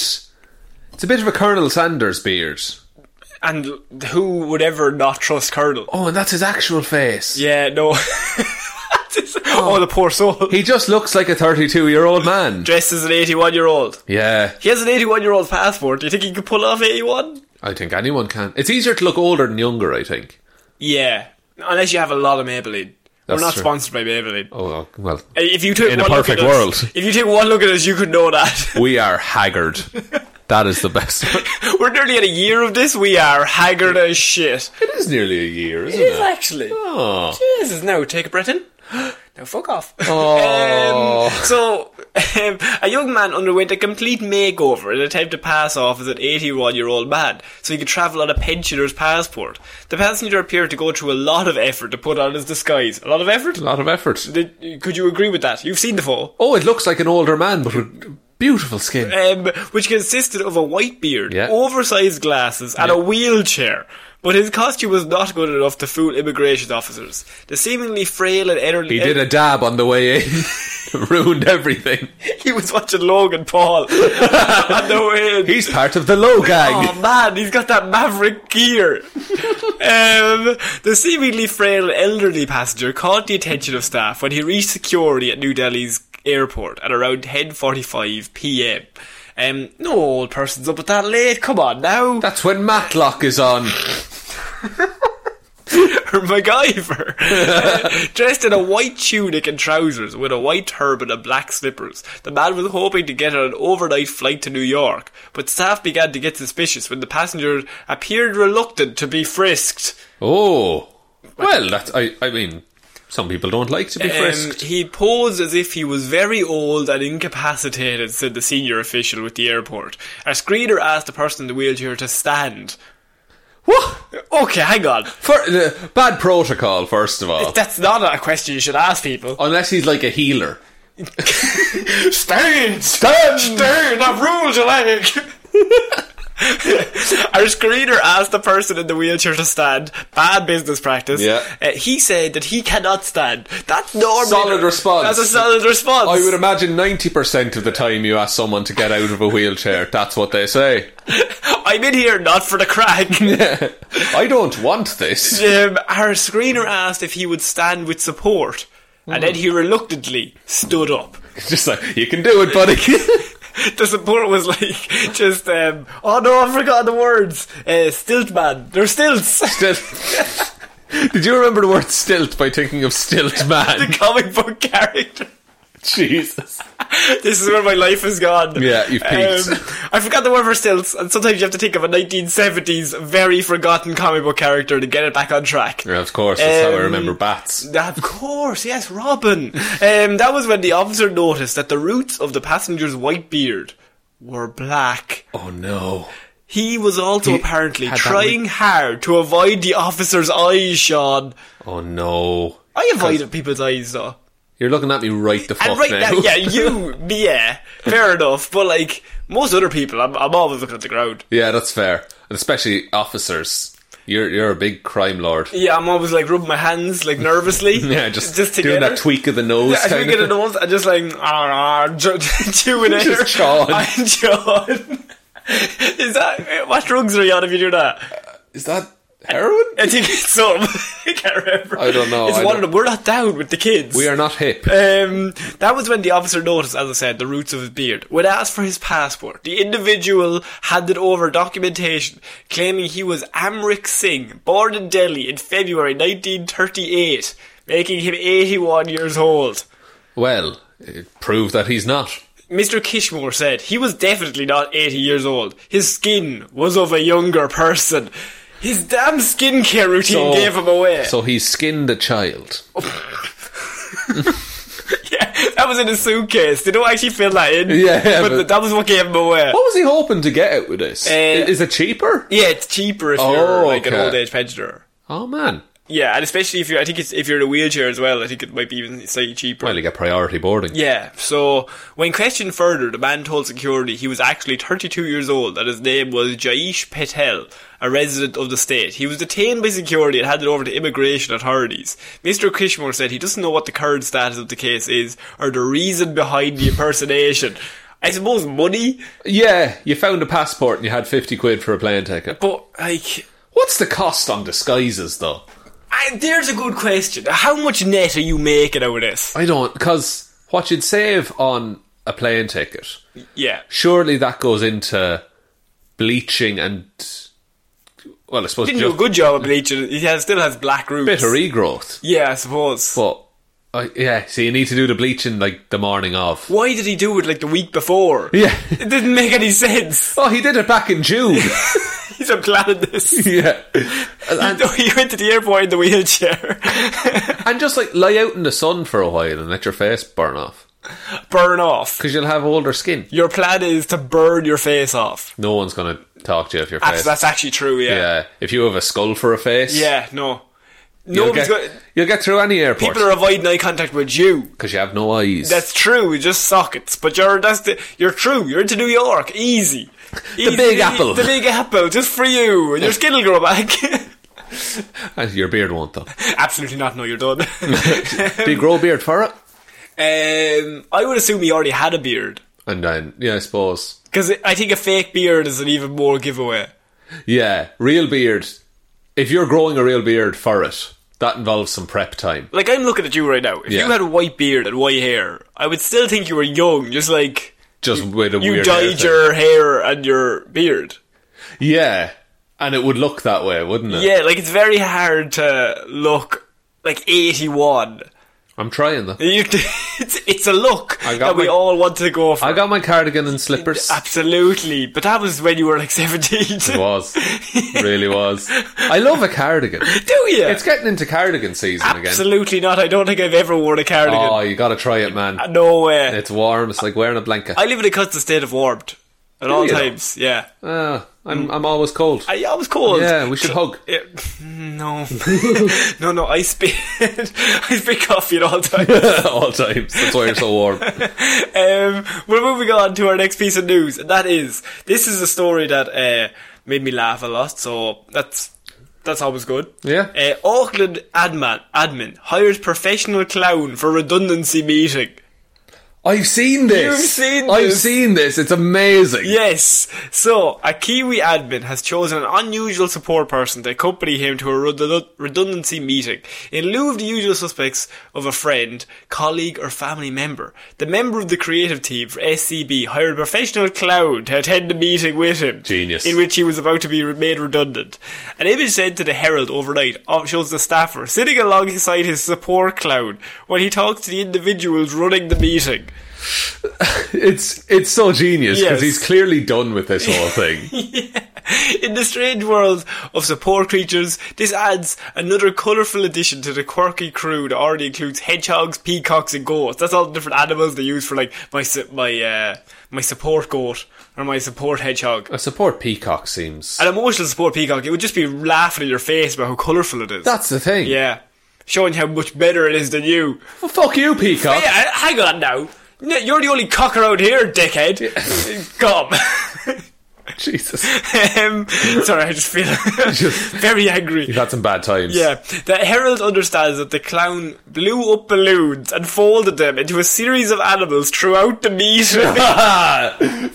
S2: It's a bit of a Colonel Sanders beard.
S1: And who would ever not trust Colonel?
S2: Oh, and that's his actual face.
S1: Yeah, no. oh, the poor soul.
S2: He just looks like a 32 year old man.
S1: Dressed as an 81 year old.
S2: Yeah.
S1: He has an 81 year old passport. Do you think he could pull off 81?
S2: I think anyone can. It's easier to look older than younger, I think.
S1: Yeah. Unless you have a lot of Maybelline.
S2: That's
S1: We're not
S2: true.
S1: sponsored by Maybelline. Uh,
S2: Oh, well.
S1: If you took
S2: In a
S1: one
S2: perfect
S1: look at
S2: world.
S1: us, if you take one look at us, you could know that.
S2: We are haggard. that is the best. it
S1: We're nearly at a year of this. We are haggard as shit.
S2: is nearly a year, isn't
S1: It is actually.
S2: Oh.
S1: Jesus, no, take a breath in. Now fuck off.
S2: Oh.
S1: Um, so, um, a young man underwent a complete makeover in an attempt to pass off as an 81 year old man so he could travel on a pensioner's passport. The passenger appeared to go through a lot of effort to put on his disguise. A lot of effort?
S2: A lot of effort.
S1: Did- Could you agree with that? You've seen the photo.
S2: Oh, it looks like an older man, but with beautiful skin.
S1: um, which consisted of a white beard,
S2: Yeah.
S1: oversized glasses, and a wheelchair. But his costume was not good enough to fool immigration officers. The seemingly frail and elderly.
S2: He did a dab on the way in. Ruined everything.
S1: He was watching Logan Paul on the way in.
S2: He's part of the low gang.
S1: Oh man, he's got that maverick gear. um, the seemingly frail elderly passenger caught the attention of staff when he reached security at New Delhi's airport at around 10:45 p.m. Um, no old person's up at that late. Come on now,
S2: That's when Matlock is on.
S1: or MacGyver, Uh, dressed in a white tunic and trousers with a white turban and black slippers. The man was hoping to get on an overnight flight to New York, but staff began to get suspicious when the passenger appeared reluctant to be frisked.
S2: Oh. Well, that's. I, I mean, some people don't like to be
S1: Um,
S2: frisked.
S1: he posed as if he was very old and incapacitated, said the senior official with the airport. A screener asked the person in the wheelchair to stand.
S2: What?
S1: Okay, hang on.
S2: Fir uh, bad protocol, first of all.
S1: That's not a question you should ask people.
S2: Unless he's like a healer. Oh,
S1: Stand! Stand! Stand! I've ruled your leg! Our screener asked the person in the wheelchair to stand. Bad business practice.
S2: Yeah.
S1: Uh, he said that he cannot stand. That's normally
S2: Solid response.
S1: That's a solid response.
S2: I would imagine 90% of the time you ask someone to get out of a wheelchair, that's what they say.
S1: I'm in here not for the crack.
S2: I don't want this.
S1: um, our screener asked if he would stand with
S2: Hmm.
S1: support, and then he reluctantly stood up.
S2: Just like, you can do it, buddy.
S1: the support was like just um, oh no, I've forgotten the words. Uh, stilt man, they're stilts.
S2: Stilt. Did you remember the word stilt by thinking of stilt man?
S1: the comic book character.
S2: Jesus.
S1: This is where my life has gone. Um,
S2: Yeah, you've peaked.
S1: I forgot the word for stilts, and sometimes you have to think of a 1970s very forgotten comic book character to get it back on track.
S2: Yeah, of course, that's how I
S1: Um,
S2: remember bats.
S1: Of course, yes, Robin. Um, that was when the officer noticed that the roots of the passenger's white beard were black.
S2: Oh no.
S1: He was also
S2: He
S1: apparently
S2: had that
S1: trying hard to avoid the officer's eyes, Sean.
S2: Oh no.
S1: I avoided people's eyes, though.
S2: You're looking at me right the fuck
S1: And right
S2: now.
S1: now, yeah, you, me, yeah, fair enough. But like most other people, I'm, I'm always looking at the ground.
S2: Yeah, that's fair. And especially officers. You're you're a big crime lord.
S1: Yeah, I'm always like rubbing my hands like nervously.
S2: Yeah, just, doing
S1: together.
S2: that tweak of the nose.
S1: Yeah, I
S2: kind
S1: think it
S2: of.
S1: annoys. I just like ah, ah, ju- chewing it.
S2: Just chawing.
S1: I'm chawing. Is that what drugs are you on if you do that?
S2: Is that heroin?
S1: I think it's some. I can't remember.
S2: I don't know,
S1: It's
S2: I
S1: one
S2: don't-
S1: of them. We're not down with the kids.
S2: We are not hip.
S1: Um, that was when the officer noticed, as I said, the roots of his beard. When asked for his passport, the individual handed over documentation claiming he was Amrik Singh, born in Delhi in February 1938, making him 81 years old.
S2: Well, it proved that he's not.
S1: Mr. Kishmore said he was definitely not 80 years old. His skin was of a younger person. His damn skincare routine gave him away.
S2: So he skinned a child.
S1: yeah, that was in his suitcase. They don't actually fill that in.
S2: Yeah, yeah,
S1: but,
S2: but- Oh.
S1: that was what gave him away.
S2: What was he hoping to get out with this? I- Is it cheaper?
S1: Yeah, it's cheaper if
S2: Oh,
S1: you're like an
S2: okay.
S1: old age pensioner.
S2: Oh man.
S1: Yeah, and especially if you're, I think it's if you're in a wheelchair as well. I think it might be even slightly cheaper.
S2: Well, he got priority boarding.
S1: yeah. So when questioned further, the man told security he was actually 32 years old and his name was Jaish Patel, a resident of the state. He was detained by security and handed over to immigration authorities. Mr. Kishmore said he doesn't know what the current status of the case is or the reason behind the impersonation. I suppose money,
S2: Yeah, you found a passport and you had 50 quid for a plane ticket.
S1: but like.
S2: What's the cost on disguises though?
S1: I, there's a good question. How much net are you making out of this?
S2: I don't, because what you'd save on a plane ticket,
S1: Yeah.
S2: surely that goes into bleaching and, well, I suppose
S1: Didn't do a
S2: just
S1: good job of bleaching. He has, still has black roots.
S2: bit of regrowth.
S1: Yeah, I suppose.
S2: But, uh, yeah, so you need to do the bleaching like the morning of.
S1: Why did he do it like the week before?
S2: Yeah.
S1: It didn't make any sense.
S2: Oh, he did it back in June.
S1: He's a glad of this.
S2: yeah.
S1: And
S2: And,
S1: he went to the airport in the wheelchair.
S2: and just like lie out in the sun for a while and let your face burn off.
S1: burn off.
S2: Because you'll have older skin.
S1: Your plan is to burn your face off.
S2: No one's going to talk to you if your
S1: That's,
S2: face.
S1: that's actually true, yeah.
S2: yeah. If you have a skull for a face.
S1: Yeah, no.
S2: You'll
S1: Nobody's
S2: get,
S1: got.
S2: you'll get through any airport.
S1: People are avoiding eye contact with you.
S2: Because you have no eyes.
S1: That's true. It's just sockets, but you're that's the, you're true. You're into New York. Easy. Easy,
S2: Big Apple.
S1: The Big Apple, just for you, and your skin will grow back.
S2: And your beard won't though.
S1: Absolutely not. No, you're done.
S2: Do you grow a beard for it?
S1: um, I would assume he already had a beard
S2: And then, yeah, I suppose.
S1: because I think a fake beard is an even more giveaway.
S2: Yeah, real beard. If you're growing a real beard for it, that involves some prep time.
S1: Like I'm looking at you right now. If
S2: Yeah.
S1: you had a white beard and white hair, I would still think you were young. Just like
S2: Just with a
S1: you
S2: weird. hair
S1: dyed
S2: thing.
S1: your hair and your beard.
S2: Yeah. And it would look that way, wouldn't it?
S1: Yeah, like it's very hard to look like 81.
S2: I'm trying though.
S1: You, it's, it's a look
S2: I got
S1: that we
S2: my-
S1: all want to go for.
S2: I got my cardigan and slippers.
S1: Absolutely, but that was when you were like seventeen.
S2: It was. really was. I love a cardigan.
S1: Do you?
S2: It's getting into cardigan season again.
S1: Absolutely not. I don't think I've ever worn a cardigan.
S2: Oh, you gotta try it, man.
S1: Uh, no way.
S2: It's warm. It's like wearing a blanket.
S1: I live in a constant state of warmth at all
S2: you?
S1: times. Yeah,
S2: Ah, I'm, I'm always cold.
S1: Mm. I, I was cold.
S2: Yeah, we should hug.
S1: Yeah. No, no, no. I spit. I spit coffee at all times.
S2: all times. That's why you're so warm.
S1: Um, we're moving on to our next piece of news, and that is this is a story that uh, made me laugh a lot. So that's that's always good.
S2: Yeah.
S1: Uh, Auckland admin admin hires professional clown for redundancy meeting.
S2: I've seen this.
S1: You've seen
S2: I've
S1: this.
S2: seen this. It's amazing.
S1: Yes. So, a Kiwi admin has chosen an unusual support person to accompany him to a redu- redundancy meeting in lieu of the usual suspects of a friend, colleague, or family member. The member of the creative team for SCB hired a professional clown to attend the meeting with him.
S2: Genius.
S1: In which he was about to be re- made redundant. An image sent to the Herald overnight of- shows the staffer sitting alongside his support clown while he talks to the individuals running the meeting.
S2: It's it's so genius
S1: Yes.
S2: because he's clearly done with this whole thing.
S1: In the strange world of support creatures, this adds another colourful addition to the quirky crew that already includes hedgehogs, peacocks, and goats. That's all the different animals they use for like my su- my uh, my support goat or my support hedgehog.
S2: I support peacock seems.
S1: An emotional support peacock, it would just be laughing in your face about how colourful it is.
S2: That's the thing.
S1: yeah, showing how much better it is than you.
S2: Well, fuck you, peacock.
S1: Yeah, hang on now. N- You're the only cock around here, dickhead. Come.
S2: Jesus.
S1: um, sorry, I just feel very angry.
S2: You've had some bad times.
S1: Yeah, the Herald understands that the clown blew up balloons and folded them into a series of animals throughout the meeting.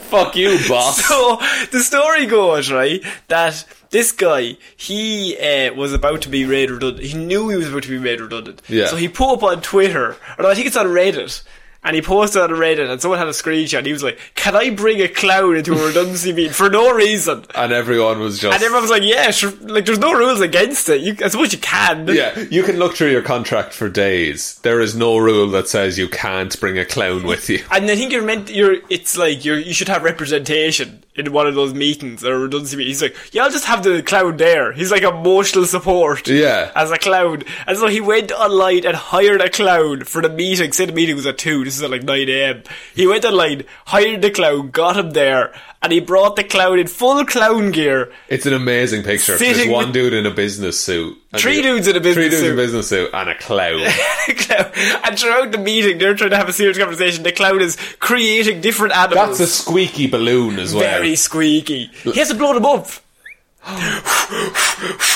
S2: fuck you, boss.
S1: so the story goes right that this guy he uh, was about to be made redundant. He knew he was about to be made redundant.
S2: Yeah.
S1: So he put up on Twitter, or no, I think it's on Reddit. And he posted on Reddit, and someone had a screenshot. And he was like, "Can I bring a clown into a redundancy meeting for no reason?"
S2: and everyone was just.
S1: And everyone was like, "Yeah, sure. Like, there's no rules against it. You, I suppose you can."
S2: yeah, you can look through your contract for days. There is no rule that says you can't bring a clown with you.
S1: And I think you're meant. You're. It's like you. You should have representation in one of those meetings or redundancy meetings. He's like, yeah, I'll just have the clown there. He's like emotional support.
S2: Yeah.
S1: As a clown, and so he went online and hired a clown for the meeting. Say the meeting was at two. This is at like nine a.m. He went online, hired the clown, got him there, and he brought the clown in full clown gear.
S2: It's an amazing picture. There's
S1: Sitting
S2: one
S1: with-
S2: dude in a business suit. and
S1: Three
S2: the-
S1: dudes in a business
S2: Three dudes in a
S1: suit.
S2: business suit and a clown.
S1: clown. And throughout the meeting, they're trying to have a serious conversation. The clown is creating different animals.
S2: That's a squeaky balloon as well.
S1: very squeaky. He has to blow them up.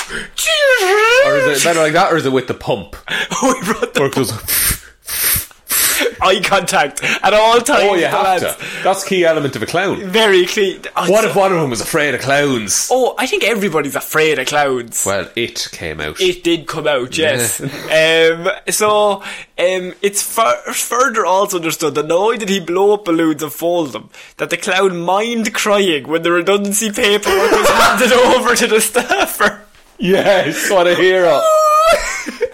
S2: or is it better like that, or is it with the pump?
S1: we brought the
S2: Or it goes,
S1: eye contact at all times.
S2: oh, you
S1: with the
S2: have
S1: lads.
S2: to. That's key element of a clown.
S1: Very clean. Oh,
S2: What
S1: so-
S2: if one of them was afraid of clowns?
S1: Oh, I think everybody's afraid of clowns.
S2: Well, it came out.
S1: It did come out, yes. um, so um, it's fur- further also understood that not only did he blow up balloons and fold them, that the clown mined crying when the redundancy paperwork was handed over to the staffer.
S2: Yes, what a hero!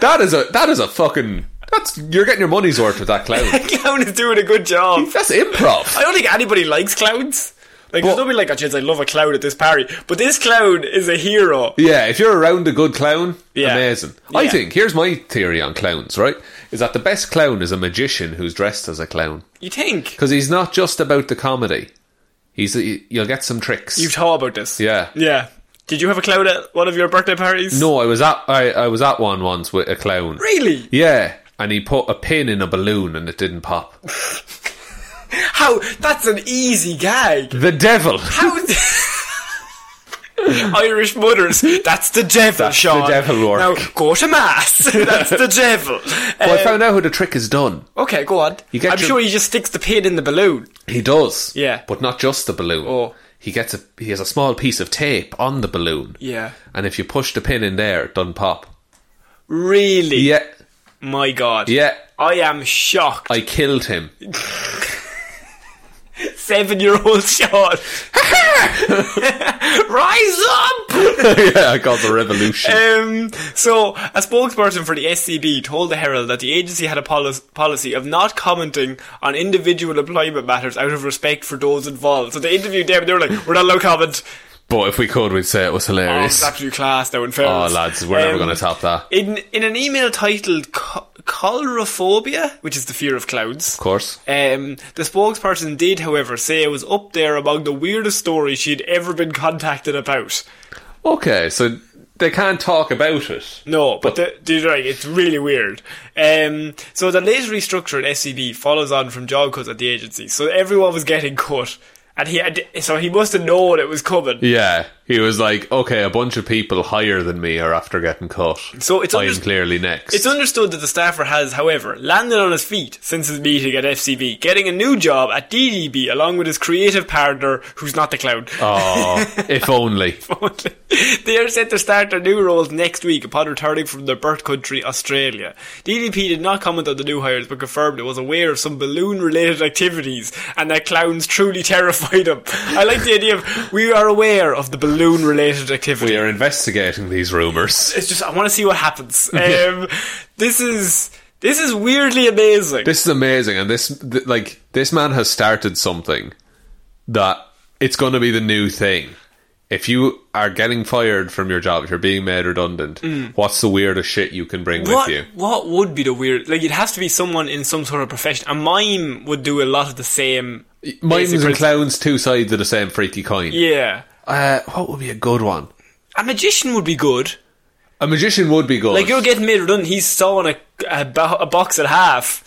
S2: that is a that is a fucking. That's you're getting your money's worth with that clown.
S1: The clown is doing a good job.
S2: That's improv.
S1: I don't think anybody likes clowns. Like,
S2: Well-
S1: there's nobody like, oh, jeez, I love a clown at this party. But this clown is a hero.
S2: Yeah, if you're around a good clown,
S1: Yeah.
S2: amazing. I
S1: Yeah.
S2: think here's my theory on clowns. Right, is that the best clown is a magician who's dressed as a clown
S1: You think?
S2: because he's not just about the comedy. He's you'll get some tricks.
S1: You've thought about this.
S2: Yeah.
S1: Yeah. Did you have a clown at one of your birthday parties?
S2: no, I was at I, I was at one once with a clown.
S1: Really?
S2: Yeah, and he put a pin in a balloon and it didn't pop.
S1: How? That's an easy gag.
S2: The devil.
S1: How? Irish mothers. That's the devil,
S2: That's
S1: Sean.
S2: the devil work.
S1: Now go to mass. that's the devil.
S2: Well, I
S1: Um,
S2: found out how the trick is done.
S1: okay, go on.
S2: You get
S1: I'm
S2: your-
S1: sure he just sticks the pin in the balloon.
S2: He does.
S1: Yeah.
S2: But not just the balloon.
S1: Oh.
S2: He gets a he has a small piece of tape on the balloon.
S1: Yeah.
S2: And if you push the pin in there, it doesn't pop.
S1: Really?
S2: Yeah.
S1: My God.
S2: Yeah.
S1: I am shocked.
S2: I killed him.
S1: Seven year old Sean. Rise up!
S2: yeah, I got the revolution.
S1: Um, so, a spokesperson for the SCB told the Herald that the agency had a poli- policy of not commenting on individual employment matters out of respect for those involved. So they interviewed them and they were like, we're not allowed to comment.
S2: but if we could we'd say it was
S1: Oh,
S2: hilarious.
S1: it's absolute class now, in fairness. Um,
S2: Oh, lads, we're never gonna top that.
S1: In, in an email titled Co- Cholrophobia, which is the fear of clowns.
S2: of course.
S1: Um, the spokesperson did, however, say it was up there among the weirdest stories she'd ever been contacted about.
S2: Okay, so they can't talk about it.
S1: No, but the, dude, right, it's really weird. Um, E so the later restructure at SCB follows on from job cuts at the agency, so everyone was getting cut. and he had, so he must have known it was coming.
S2: Yeah, he was like, okay, a bunch of people higher than me are after getting cut.
S1: So it's
S2: I'm
S1: underst-
S2: clearly next.
S1: It's understood that the staffer has, however, landed on his feet since his meeting at FCB, getting a new job at DDB along with his creative partner, who's not the clown.
S2: oh, if only.
S1: they are set to start their new roles next week upon returning from their birth country, Australia. DDP did not comment on the new hires but confirmed it was aware of some balloon related activities and that clowns truly terrified them. I like the idea of we are aware of the balloon related activity.
S2: We are investigating these rumors.
S1: It's just I want to see what happens. Um, this is this is weirdly amazing.
S2: This is amazing, and this th- like this man has started something that it's going to be the new thing. If you are getting fired from your job, if you're being made redundant, what's the weirdest shit you can bring
S1: Mm. what,
S2: with you?
S1: What would be the weird? Like, it has to be someone in some sort of profession. A mime would do a lot of the same.
S2: Mimes
S1: basic
S2: and
S1: princi-
S2: clowns, two sides of the same freaky coin.
S1: Yeah,
S2: Uh, what would be a good one?
S1: a magician would be good.
S2: A magician would be good.
S1: Like you're getting made redundant. He's sawing a a, bo- a box at half.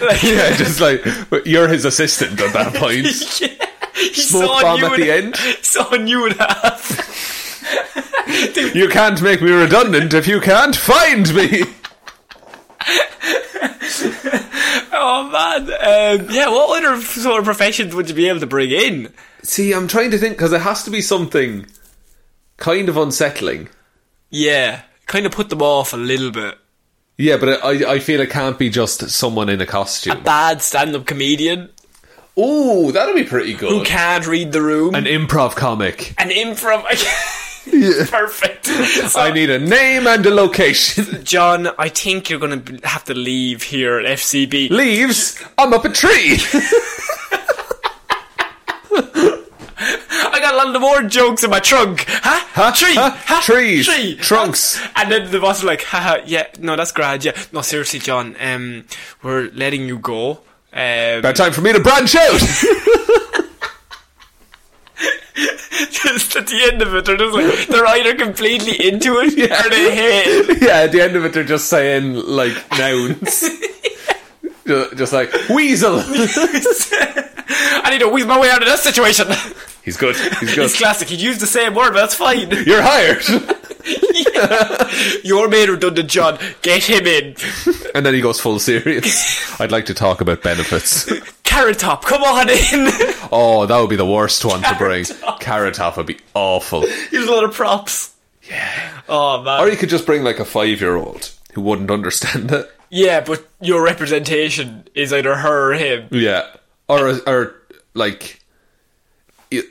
S1: Like,
S2: yeah, just like but you're his assistant at that point.
S1: he's
S2: smoke
S1: sawing
S2: bomb
S1: you
S2: at
S1: in-
S2: the end.
S1: Sawing you in half.
S2: You can't make me redundant if you can't find me.
S1: Oh man. Um, yeah. What other sort of professions would you be able to bring in?
S2: See, I'm trying to think because it has to be something kind of unsettling.
S1: Yeah, kind of put them off a little bit.
S2: Yeah, but I, I feel it can't be just someone in a costume.
S1: Bad stand-up comedian
S2: Ooh, that'd be pretty good.
S1: who can't read the room.
S2: An
S1: An,
S2: improv comic.
S1: improv. Perfect. So,
S2: I need a name and a location.
S1: John, I think you're going to have to leave here at FCB.
S2: Leaves. I'm up a tree.
S1: I got a lot of more jokes in my trunk. Huh?
S2: Huh?
S1: Tree.
S2: Huh? Trees.
S1: Tree.
S2: Trunks.
S1: And then the boss was like, haha, yeah, no, that's grand, yeah. No, seriously, John, um, we're letting you go. Um,
S2: About time for me to branch out.
S1: just at the end of it, they're just like, they're either completely into it or they hate it.
S2: yeah, at the end of it, they're just saying like nouns. Ju- Just like weasel.
S1: I need to wheeze my way out of that situation.
S2: He's good. He's good.
S1: It's classic. He'd use the same word, but that's fine.
S2: You're hired.
S1: You're made redundant, John. Get him in.
S2: and then he goes full serious. I'd like to talk about benefits.
S1: Carrot Top, come on in.
S2: Oh, that would be the worst one to bring. Carrot top would be awful.
S1: Here's a lot of props. Yeah. Oh man.
S2: Or you could just bring like a five year old who wouldn't understand it.
S1: yeah, but your representation is either her or him.
S2: Yeah. Or or like you,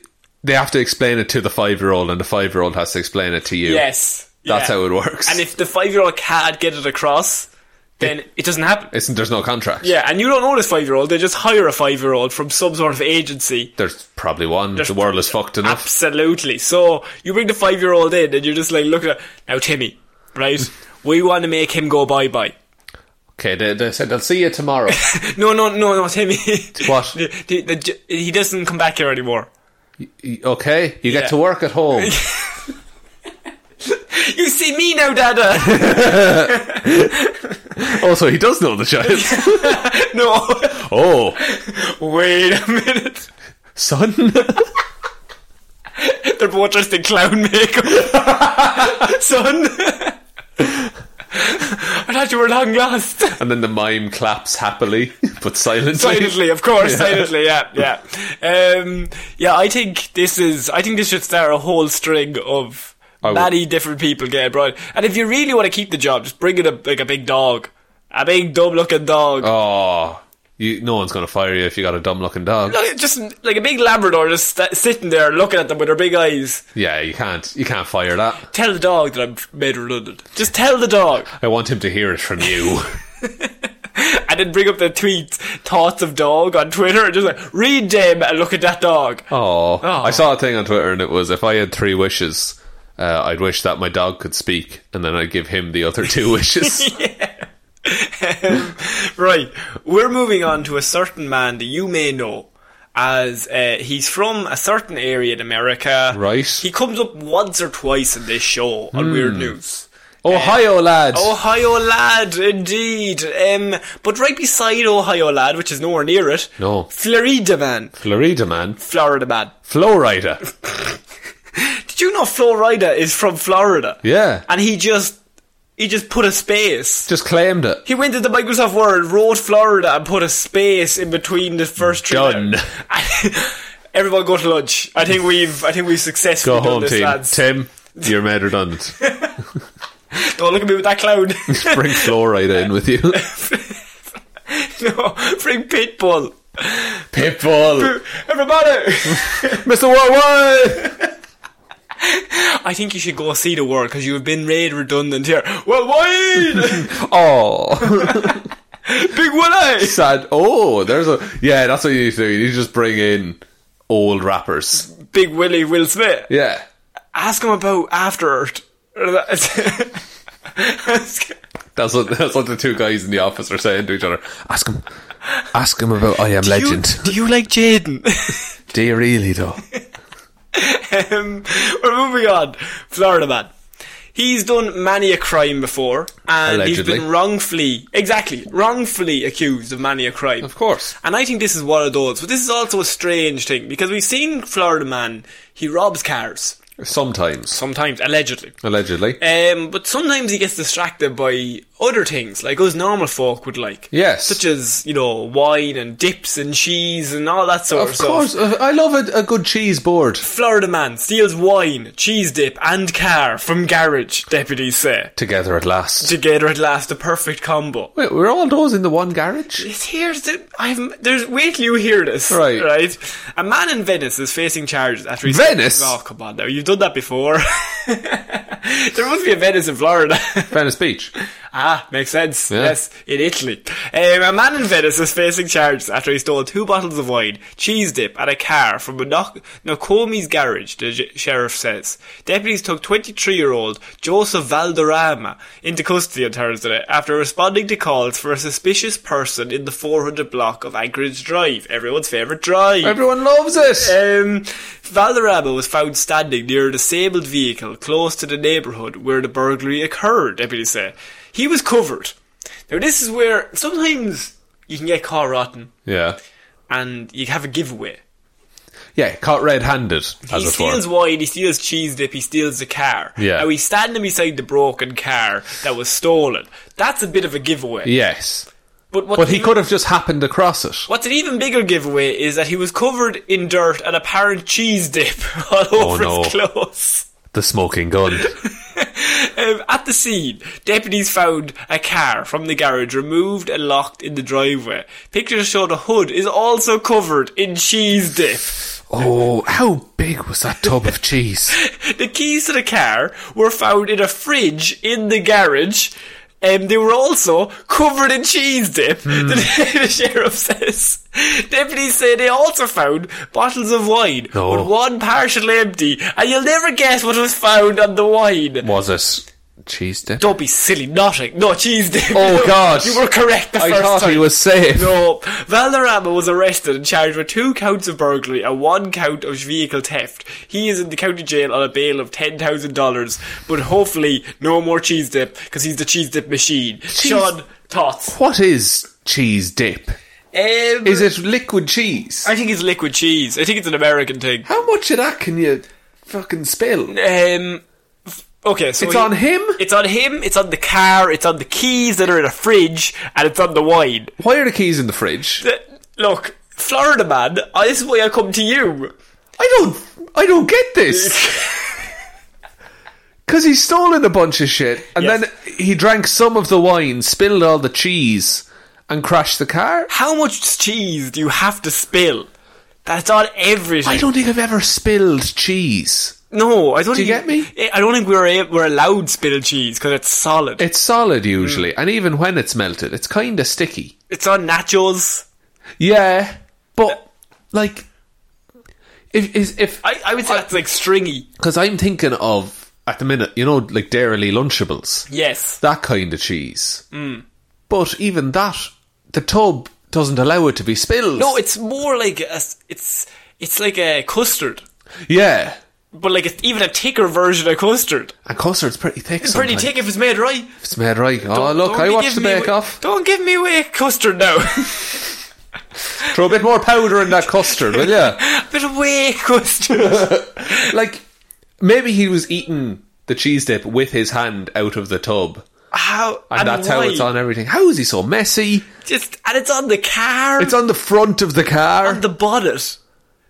S2: they have to explain it to the five year old, and the five year old has to explain it to you.
S1: Yes.
S2: That's
S1: Yeah.
S2: how it works.
S1: And if the five-year-old can't get it across, then it doesn't happen.
S2: Isn't there's no contract?
S1: yeah, and you don't know this five-year-old. They just hire a five-year-old from some sort of agency.
S2: There's probably one. the world is fucked enough.
S1: Absolutely. So you bring the five year old in and you're just like looking at now Timmy, right? we want to make him go bye bye.
S2: okay, they, they said they'll see you tomorrow.
S1: No, no, no, no, Timmy.
S2: What?
S1: The- the- the j- he doesn't come back here anymore.
S2: Y- okay, you
S1: Yeah.
S2: get to work at home.
S1: You see me now, Dada.
S2: also, Oh, he does know the child.
S1: no,
S2: oh,
S1: wait a minute.
S2: son.
S1: They're both dressed in clown makeup, son. I thought you were long lost.
S2: and then the mime claps happily but silently.
S1: Silently, of course, silently, yeah, yeah. Um, yeah, I think this is, I think this should start a whole string of
S2: would-
S1: many different people getting brought. in. And if you really want to keep the job, just bring in a, like a big dog. A big dumb looking dog.
S2: Oh, you, no one's gonna fire you if you got a dumb looking dog.
S1: Look, just like a big Labrador just sta sitting there looking at them with her big eyes.
S2: Yeah, you can't. You can't fire that.
S1: Tell the dog that I'm made redundant. Just tell the dog.
S2: I want him to hear it from you.
S1: And then bring up the tweets, thoughts of dog on Twitter and just like, read them and look at that dog.
S2: Oh,
S1: Aw.
S2: I saw a thing on Twitter, and it was if I had three wishes, uh, I'd wish that my dog could speak, and then I'd give him the other two wishes.
S1: Right, we're moving on to a certain man that you may know, as uh, he's from a certain area in America.
S2: Right. Hmm.
S1: He comes up once or twice in this show on Weird News.
S2: Ohio lads.
S1: Ohio lad, indeed. Um, but right beside Ohio lad, which is nowhere near it,
S2: No.
S1: Florida man,
S2: Florida man.
S1: Florida man.
S2: Florida.
S1: Did you know Florida is from Florida?
S2: Yeah.
S1: and he just he just put a space.
S2: Just claimed it.
S1: He went into Microsoft Word, wrote Florida, and put a space in between the first three.
S2: Done.
S1: letters. Everyone go to lunch. I think we've I think we've successfully
S2: Go
S1: done
S2: home,
S1: this,
S2: team.
S1: lads.
S2: Tim, you're made redundant.
S1: Don't Oh, look at me with that clown.
S2: Bring Florida in with you.
S1: no, bring Pitbull.
S2: Pitbull.
S1: Everybody.
S2: Mr. Worldwide.
S1: I think you should go see the world because you have been made redundant here. Well, why?
S2: Oh,
S1: Big Willie.
S2: sad. Oh, there's a. Yeah, that's what you need to do. You need to just bring in old rappers.
S1: Big Willie Will Smith.
S2: Yeah.
S1: Ask him about After Earth. Ask-
S2: That's what, that's what the two guys in the office are saying to each other. Ask him. Ask him about I Am Legend.
S1: Do you, do you like Jaden?
S2: Do you really, though?
S1: um, we're moving on. Florida man. He's done many a crime before, and
S2: Allegedly.
S1: he's been wrongfully, exactly, wrongfully accused of many a crime.
S2: Of course.
S1: And I think this is one of those, but this is also a strange thing, because we've seen Florida man, he robs cars,
S2: Sometimes.
S1: sometimes, allegedly.
S2: Allegedly.
S1: Um, but sometimes he gets distracted by other things, like us normal folk would like.
S2: Yes.
S1: Such as, you know, wine and dips and cheese and all that sort of,
S2: Of
S1: stuff.
S2: course. uh, I love a, a good cheese board.
S1: Florida man steals wine, cheese dip, and car from garage, deputies say.
S2: Together at last.
S1: Together at last, the perfect combo.
S2: Wait, were all those in the one garage?
S1: It's here's the I'm there's wait till you hear this.
S2: Right.
S1: Right. A man in Venice is facing charges after he
S2: Venice?
S1: Oh come on now, you've done that before. there must be a Venice in Florida.
S2: Venice Beach.
S1: Ah, makes sense.
S2: Yeah.
S1: Yes, in Italy. Um, a man in Venice is facing charges after he stole two bottles of wine, cheese dip, and a car from a Noc- Nokomi's garage, the j- sheriff says. Deputies took 23 year old Joseph Valderrama into custody on Thursday after responding to calls for a suspicious person in the 400 block of Anchorage Drive, everyone's favourite drive.
S2: Everyone loves it.
S1: Um, Valderrama was found standing near a disabled vehicle close to the neighbourhood where the burglary occurred, deputies say. He was covered. Now, this is where sometimes you can get caught rotten
S2: Yeah.
S1: and you have a giveaway.
S2: Yeah, caught red-handed,
S1: He
S2: as it were.
S1: steals wine, he steals cheese dip, he steals the car.
S2: Yeah.
S1: Now, he's standing beside the broken car that was stolen. That's a bit of a giveaway.
S2: Yes.
S1: But, what
S2: But he
S1: you-
S2: could have just happened across it.
S1: What's an even bigger giveaway is that he was covered in dirt and apparent cheese dip all over
S2: Oh, no.
S1: his clothes.
S2: The smoking gun.
S1: Um, at the scene, deputies found a car from the garage removed and locked in the driveway. Pictures show the hood is also covered in cheese dip.
S2: Oh, how big was that tub of cheese?
S1: The keys to the car were found in a fridge in the garage. Um, they were also covered in cheese dip, the, the sheriff says. Deputies say they also found bottles of wine,
S2: No.
S1: but one partially empty, and you'll never guess what was found on the wine.
S2: Was it cheese dip?
S1: Don't be silly, nothing. No, cheese dip.
S2: Oh,
S1: No,
S2: God.
S1: You were correct the
S2: I
S1: first
S2: thought
S1: time.
S2: he was safe.
S1: No. Valderrama was arrested and charged with two counts of burglary and one count of vehicle theft. He is in the county jail on a bail of $10,000, but hopefully no more cheese dip, because he's the cheese dip machine. Sean, thoughts?
S2: What is cheese dip? Is it liquid cheese?
S1: I think it's liquid cheese. I think it's an American thing.
S2: How much of that can you fucking spill?
S1: Um, f- okay, so
S2: It's
S1: he-
S2: on him?
S1: It's on him. It's on the car. It's on the keys that are in a fridge, and it's on the wine.
S2: Why are the keys in the fridge?
S1: Th- Look, Florida man, I- this is why I come to you.
S2: I don't. I don't get this. Because he's stolen a bunch of shit, and
S1: Yes.
S2: then he drank some of the wine, spilled all the cheese, and crashed the car.
S1: How much cheese do you have to spill? That's on everything.
S2: I don't think I've ever spilled cheese.
S1: No, I don't.
S2: Do you
S1: think- Eh,
S2: get
S1: I- I don't think we're a- we're allowed spill cheese because it's solid.
S2: It's solid usually, and even when it's melted, it's kind of sticky.
S1: it's on nachos.
S2: Yeah, but like, if is if
S1: I, I would say that's like stringy.
S2: because I'm thinking of at the minute, you know, like dairy lunchables.
S1: Yes.
S2: that kind of cheese.
S1: Mm.
S2: But even that, the tub doesn't allow it to be spilled.
S1: No, it's more like a, s- it's it's like a custard.
S2: yeah,
S1: but like it's even a thicker version of custard.
S2: And custard's pretty thick.
S1: It's pretty thick if it's made right.
S2: It's made right. oh look,
S1: Don't
S2: I
S1: be
S2: watched the
S1: giving me
S2: Bake
S1: away-
S2: Off.
S1: Don't give me away custard now.
S2: Throw a bit more powder in that custard, will ya?
S1: bit of whey custard.
S2: Like maybe he was eating the cheese dip with his hand out of the tub,
S1: How
S2: and, that's how
S1: why?
S2: it's on everything. How is he so messy?
S1: Just and it's on the car.
S2: It's on the front of the car.
S1: on the bonnet.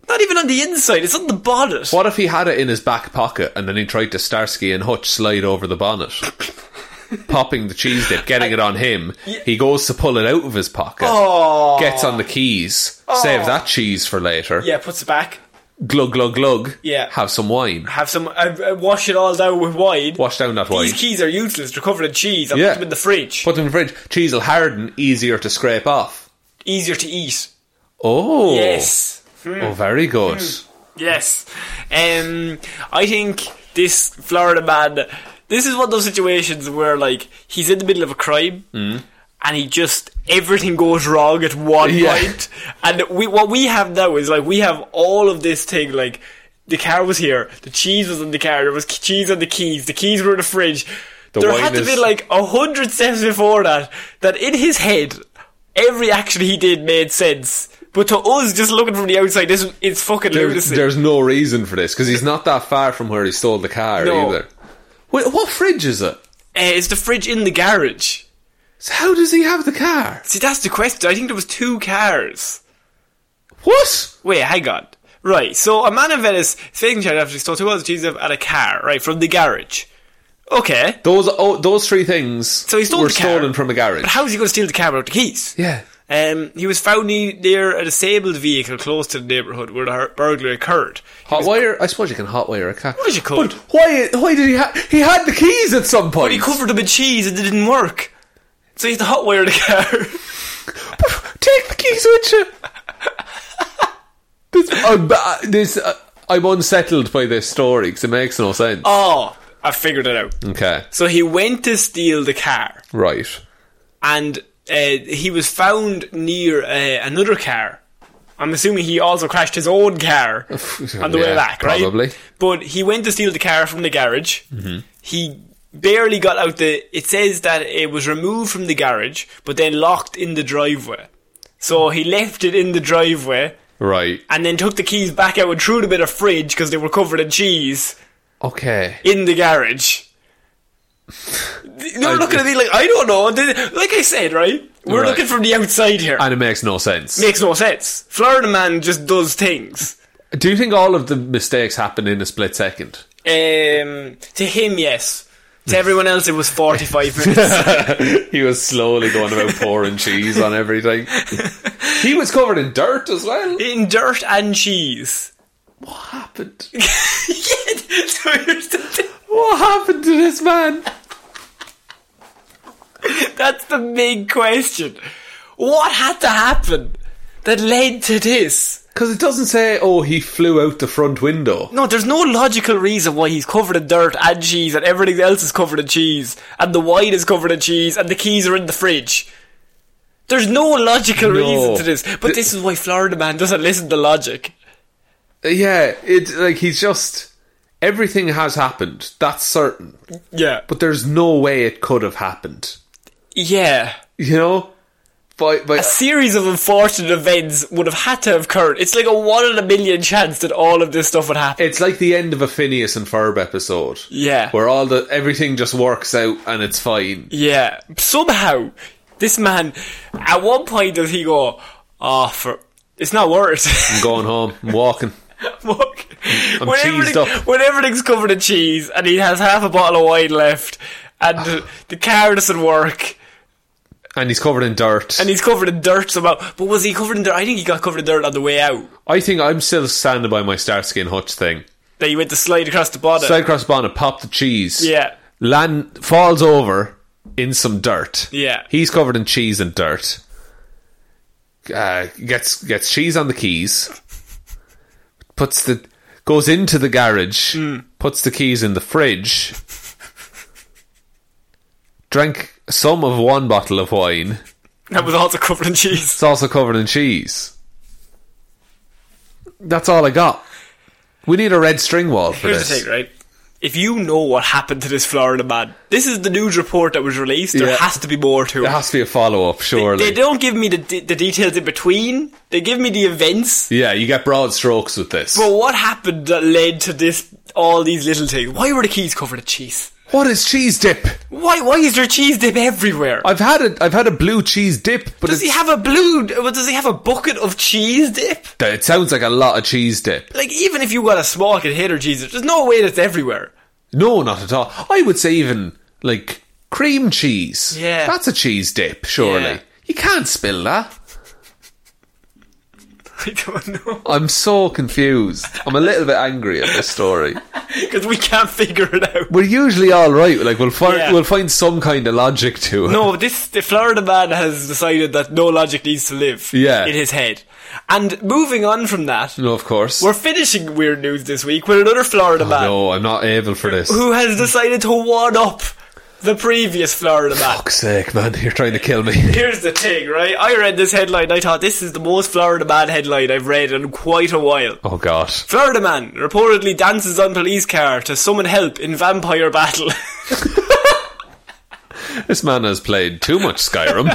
S1: Not even on the inside. It's on the bonnet.
S2: what if he had it in his back pocket and then he tried to Starsky and Hutch slide over the bonnet? Popping the cheese dip, getting it on him. He goes to pull it out of his pocket. Gets on the keys. Save that cheese for later.
S1: Yeah, puts it back.
S2: Glug, glug, glug.
S1: Yeah.
S2: Have some wine.
S1: Have some. I, I wash it all down with wine.
S2: Wash down that wine.
S1: These keys are useless. They're covered in cheese. I put them in the fridge.
S2: Put them in the fridge. Cheese will harden, easier to scrape off.
S1: Easier to eat.
S2: Oh.
S1: Yes. Mm.
S2: Oh, very good.
S1: Yes. Um, I think this Florida man, this is one of those situations where, like, he's in the middle of a crime.
S2: Mm.
S1: And he just everything goes wrong at one
S2: Yeah.
S1: point. and we what we have now is like we have all of this thing like the car was here, the cheese was in the car, there was k- cheese on the keys, the keys were in the fridge.
S2: The
S1: there
S2: wine
S1: had to
S2: is-
S1: be like a hundred steps before that that in his head every action he did made sense. But to us, just looking from the outside, this it's fucking
S2: There's,
S1: lunacy.
S2: there's no reason for this because he's not that far from where he stole the car
S1: No.
S2: either. Wait, what fridge is it?
S1: Uh, is the fridge in the garage?
S2: So how does he have the car?
S1: See, that's the question. I think there was two cars.
S2: What?
S1: Wait, hang on. Right, so a man in Venice faking child after he stole two ounces of cheese and a car, right, from the garage. Okay.
S2: Those oh, those three things
S1: So he stole
S2: were
S1: the car.
S2: stolen from a garage.
S1: But how is he going to steal the car without the keys?
S2: yeah.
S1: Um, he was found ne- near a disabled vehicle close to the neighbourhood where the hur- burglary occurred.
S2: Hot wire? I suppose you can hot wire a car.
S1: Well, you could.
S2: But why? Why did he? Ha- he had the keys at some point.
S1: But he covered them in cheese and it didn't work. So he had to hot wire the car.
S2: Take the keys with you. this, I'm, uh, this, uh, I'm unsettled by this story because it makes no sense.
S1: oh, I figured it out.
S2: okay,
S1: So he went to steal the car.
S2: right.
S1: and uh, he was found near uh, another car. I'm assuming he also crashed his own car on the way
S2: Yeah,
S1: back, right?
S2: probably. Mm-hmm.
S1: But he went to steal the car from the garage. He barely got out the. It says that it was removed from the garage, but then locked in the driveway. So he left it in the driveway
S2: Right.
S1: and then took the keys back out and threw them in a fridge because they were covered in cheese
S2: Okay.
S1: in the garage. You're
S2: I-
S1: looking at me like I don't know. Did- Like I said, right? We're
S2: Right.
S1: looking from the outside here.
S2: And it makes no sense.
S1: Makes no sense. Florida man just does things.
S2: Do you think all of the mistakes happen in a split second?
S1: Um, to him, yes. To everyone else, it was 45 minutes.
S2: he was slowly going about pouring cheese on everything. he was covered in dirt as well.
S1: in dirt and cheese.
S2: What happened?
S1: so here's the thing.
S2: What happened to this man?
S1: That's the big question. What had to happen that led to this?
S2: Because it doesn't say, oh, he flew out the front window.
S1: No, there's no logical reason why he's covered in dirt and cheese and everything else is covered in cheese and the wine is covered in cheese and the keys are in the fridge. There's no logical
S2: No.
S1: reason to this. But
S2: Th-
S1: this is why Florida man doesn't listen to logic.
S2: Yeah, it like he's just everything has happened. That's certain,
S1: Yeah.
S2: but there's no way it could have happened.
S1: Yeah.
S2: You know, by by
S1: A series of unfortunate events would have had to have occurred. It's like a one in a million chance that all of this stuff would happen.
S2: it's like the end of a Phineas and Ferb episode.
S1: Yeah.
S2: where all the everything just works out and it's fine.
S1: Yeah. Somehow, this man, at one point does he go, oh, for, it's not worth it.
S2: I'm going home. I'm walking.
S1: Look, when,
S2: cheesed
S1: everything-
S2: up.
S1: when everything's covered in cheese and he has half a bottle of wine left and uh, the car doesn't work
S2: And he's covered in dirt.
S1: and he's covered in dirt somehow. But was he covered in dirt? I think he got covered in dirt on the way out.
S2: I think I'm still standing by my Starsky and Hutch thing.
S1: That he went to slide across the bottom.
S2: Side cross bonnet, pop the cheese.
S1: Yeah.
S2: Land falls over in some dirt.
S1: Yeah.
S2: He's covered in cheese and dirt. Uh, gets gets cheese on the keys. Puts the goes into the garage.
S1: Hmm.
S2: Puts the keys in the fridge. Drank some of one bottle of wine.
S1: that was also covered in cheese.
S2: It's also covered in cheese. That's all I got. We need a red string wall for
S1: Here's the
S2: this.
S1: thing, right? If you know what happened to this Florida man, this is the news report that was released. There
S2: Yeah.
S1: has to be more to
S2: There
S1: it.
S2: has to be a follow up, surely.
S1: They don't give me the, de- the details in between. They give me the events.
S2: yeah, you get broad strokes with this.
S1: But what happened that led to this? All these little things. Why were the keys covered in cheese?
S2: what is cheese dip?
S1: Why? Why is there cheese dip everywhere?
S2: I've had a I've had a blue cheese dip, but
S1: does
S2: it's,
S1: he have a blue? well, Does he have a bucket of cheese dip?
S2: it sounds like a lot of cheese dip.
S1: Like even if you got a small container cheese, dip, there's no way that's everywhere.
S2: No, not at all. I would say even like cream cheese.
S1: Yeah.
S2: that's a cheese dip. Surely
S1: Yeah.
S2: you can't spill that.
S1: I don't know
S2: I'm so confused. I'm a little bit angry at this story.
S1: because we can't figure it out.
S2: We're usually all right. Like we'll find
S1: Yeah.
S2: we'll find some kind of logic to it.
S1: No, this the Florida man has decided that no logic needs to live.
S2: Yeah.
S1: in his head. And moving on from that,
S2: no, of course.
S1: we're finishing weird news this week with another Florida man
S2: no, I'm not able for this.
S1: who has decided to one up the previous Florida man.
S2: Fuck's sake, man! You're trying to kill me.
S1: Here's the thing, right? I read this headline. I thought this is the most Florida man headline I've read in quite a while.
S2: Oh God.
S1: Florida man reportedly dances on police car to summon help in vampire battle.
S2: This man has played too much Skyrim.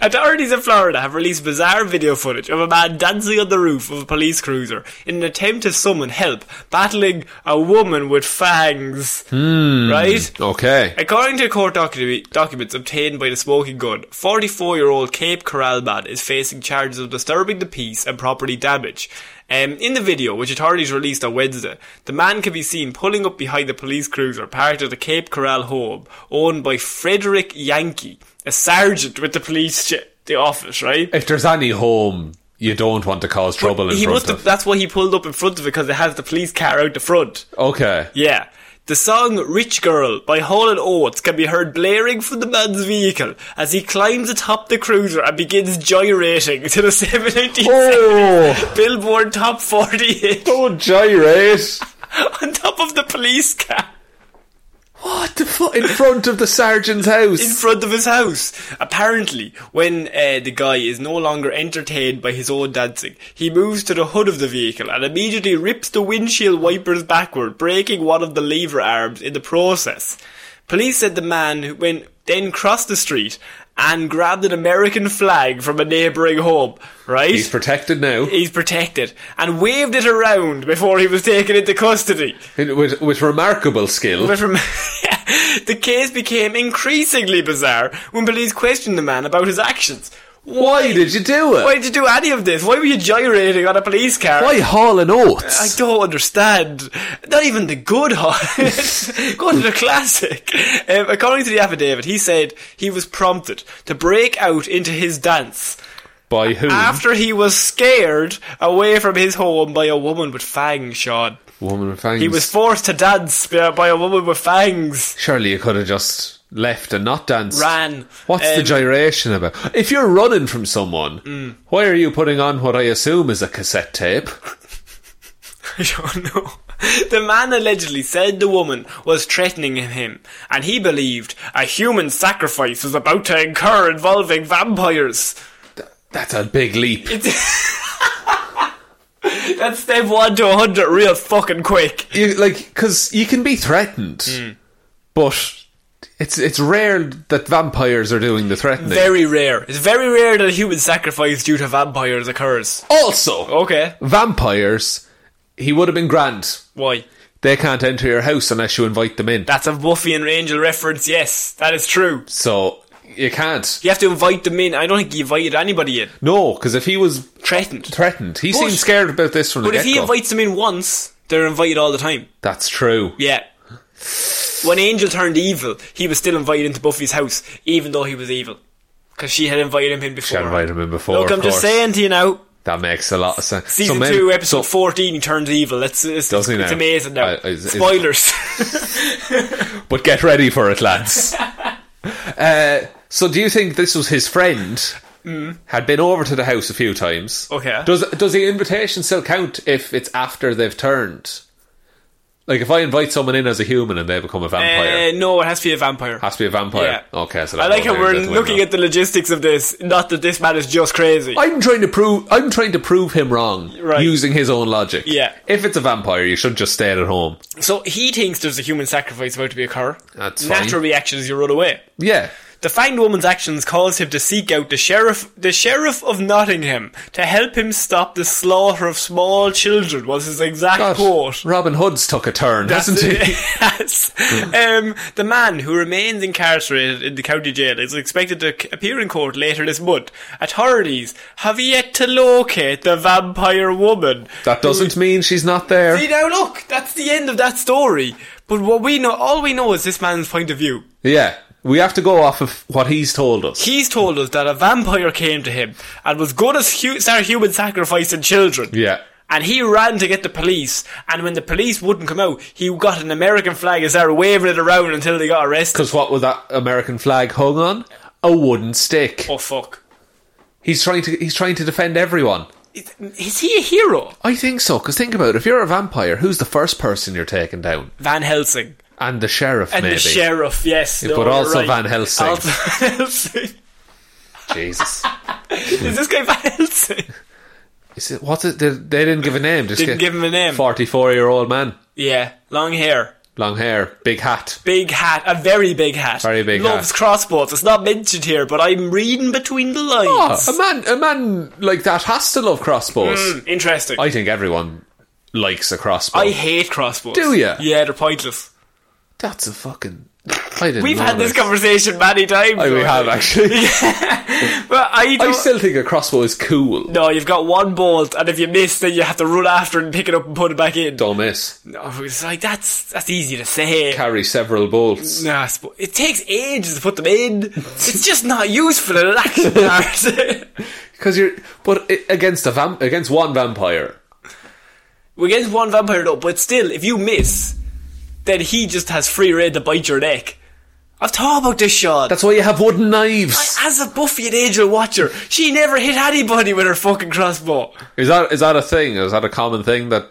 S1: Authorities in Florida have released bizarre video footage of a man dancing on the roof of a police cruiser in an attempt to summon help, battling a woman with fangs. Right?
S2: okay.
S1: According to court docu- documents obtained by the smoking gun, 44 year old Cape Coral man is facing charges of disturbing the peace and property damage. Um, in the video, which authorities released on Wednesday, the man can be seen pulling up behind the police cruiser parked at the Cape Coral home owned by Frederick Yankee, a sergeant with the police, ch- the office, right?
S2: If there's any home you don't want to cause trouble in
S1: he
S2: front
S1: must
S2: of.
S1: have, that's why he pulled up in front of it because it has the police car out the front.
S2: okay.
S1: Yeah. The song Rich Girl by Hall and Oates can be heard blaring from the man's vehicle as he climbs atop the cruiser and begins gyrating to the 787
S2: Oh.
S1: Billboard Top 40 hit
S2: Don't Oh, gyrate.
S1: on top of the police car
S2: What the fuck? In front of the sergeant's house.
S1: in front of his house. Apparently, when uh, the guy is no longer entertained by his own dancing, he moves to the hood of the vehicle and immediately rips the windshield wipers backward, breaking one of the lever arms in the process. Police said the man who went, then crossed the street and grabbed an American flag from a neighbouring home, right?
S2: He's protected now.
S1: He's protected and waved it around before he was taken into custody.
S2: With, with remarkable skill.
S1: But from the case became increasingly bizarre when police questioned the man about his actions.
S2: Why did you do it?
S1: Why did you do any of this? Why were you gyrating on a police car?
S2: Why Hall and
S1: I
S2: Oates?
S1: don't understand. Not even the good hot. Go to the classic. Um, according to the affidavit, he said he was prompted to break out into his dance
S2: By who?
S1: after he was scared away from his home by a woman with fangs, Sean.
S2: Woman with fangs.
S1: He was forced to dance by by a woman with fangs.
S2: Surely you could have just left and not danced.
S1: Ran.
S2: What's the
S1: Um, Mm.
S2: gyration about? If you're running from someone, why are you putting on what I assume is a cassette tape?
S1: I don't know. The man allegedly said the woman was threatening him, and he believed a human sacrifice was about to occur involving vampires.
S2: That's a big leap.
S1: That's step one to a hundred real fucking quick.
S2: you, like because you can be threatened,
S1: Mm.
S2: but it's it's rare that vampires are doing the threatening.
S1: Very rare. It's very rare that a human sacrifice due to vampires occurs.
S2: also,
S1: Okay.
S2: vampires, he would have been grand.
S1: Why?
S2: They can't enter your house unless you invite them in.
S1: That's a Buffy and Angel reference, yes. That is true.
S2: so you can't.
S1: You have to invite them in. I don't think he invited anybody in.
S2: No, because if he was
S1: Threatened.
S2: threatened, he
S1: But-
S2: seemed scared about this from
S1: but
S2: the
S1: if
S2: get
S1: he
S2: go.
S1: invites them in once, they're invited all the time.
S2: That's true.
S1: Yeah. When Angel turned evil, he was still invited into Buffy's house, even though he was evil. Because she had invited him in before.
S2: She invited him in before.
S1: Look,
S2: of
S1: I'm just
S2: course.
S1: saying to you now,
S2: that makes a lot of sense. So
S1: season
S2: maybe-
S1: 2, episode
S2: so-
S1: 14, he turns evil. That's, it's,
S2: Does he
S1: it's
S2: now?
S1: amazing now.
S2: I- I- is- is-
S1: Spoilers.
S2: But get ready for it, lads. uh, so, do you think this was his friend? Had been over to the house a few times.
S1: Mm. Okay.
S2: Does does the invitation still count if it's after they've turned? Like if I invite someone in as a human and they become a vampire,
S1: Uh, no, it has to be a vampire.
S2: has to be a vampire. Okay, so that
S1: I like
S2: goes
S1: how
S2: there
S1: we're
S2: out the
S1: looking
S2: window.
S1: at the logistics of this. Not that this man is just crazy.
S2: I'm trying to prove I'm trying to prove him wrong
S1: Right.
S2: using his own logic.
S1: Yeah.
S2: If it's a vampire, you should just stay at home.
S1: so he thinks there's a human sacrifice about to be occur.
S2: That's fine.
S1: Natural reaction is you run away.
S2: Yeah.
S1: The fanged woman's actions caused him to seek out the sheriff, the sheriff of Nottingham, to help him stop the slaughter of small children. Was his exact
S2: God,
S1: quote.
S2: Robin Hood's took a turn,
S1: That's
S2: hasn't
S1: it.
S2: he?
S1: yes. Um, the man who remains incarcerated in the county jail is expected to c- appear in court later this month. Authorities have yet to locate the vampire woman.
S2: That doesn't mean she's not there.
S1: See now, look, that's the end of that story. But what we know, all we know, is this man's point of view.
S2: Yeah. We have to go off of what he's told us.
S1: He's told us that a vampire came to him and was going to hu- start human sacrificing children.
S2: yeah.
S1: And he ran to get the police, and when the police wouldn't come out, he got an American flag and started waving it around until they got arrested.
S2: Because what was that American flag hung on? A wooden stick.
S1: Oh fuck!
S2: He's trying to he's trying to defend everyone.
S1: Is- Is he a hero?
S2: I think so, because think about it, if you're a vampire, who's the first person you're taking down?
S1: Van Helsing
S2: And the sheriff,
S1: and
S2: maybe.
S1: the sheriff, yes, no,
S2: but
S1: you're
S2: also
S1: right.
S2: Van Helsing.
S1: Also Van Helsing.
S2: Jesus. Hmm.
S1: Is this guy Van Helsing?
S2: Is it, what's it? They, they didn't give a name. Just
S1: Didn't give him a name.
S2: Forty-four-year-old man,
S1: Yeah, long hair,
S2: long hair, big hat.
S1: big hat, a very big hat.
S2: Very big
S1: Loves
S2: hat.
S1: crossbows. It's not mentioned here, but I'm reading between the lines.
S2: Oh, a man, a man like that has to love crossbows.
S1: Mm, interesting.
S2: I think everyone likes a crossbow.
S1: I hate crossbows.
S2: Do ya?
S1: Yeah, they're pointless.
S2: That's a fucking. I didn't
S1: We've
S2: know
S1: had this
S2: that.
S1: conversation many times.
S2: I, we have actually.
S1: But I,
S2: I
S1: don't-
S2: still think a crossbow is cool.
S1: No, you've got one bolt, and if you miss, then you have to run after it and pick it up and put it back in.
S2: Don't miss.
S1: No, it's like that's that's easy to say.
S2: Carry several bolts.
S1: Nah, I suppo- it takes ages to put them in. it's just not useful in an action part.
S2: Because you're, but i against a vamp, against one vampire.
S1: We're against one vampire though, but still, if you miss, then he just has free reign to bite your neck. I've thought about this, Sean.
S2: That's why you have wooden knives.
S1: As a Buffy and Angel watcher, she never hit anybody with her fucking crossbow.
S2: Is that is that a thing? Is that a common thing that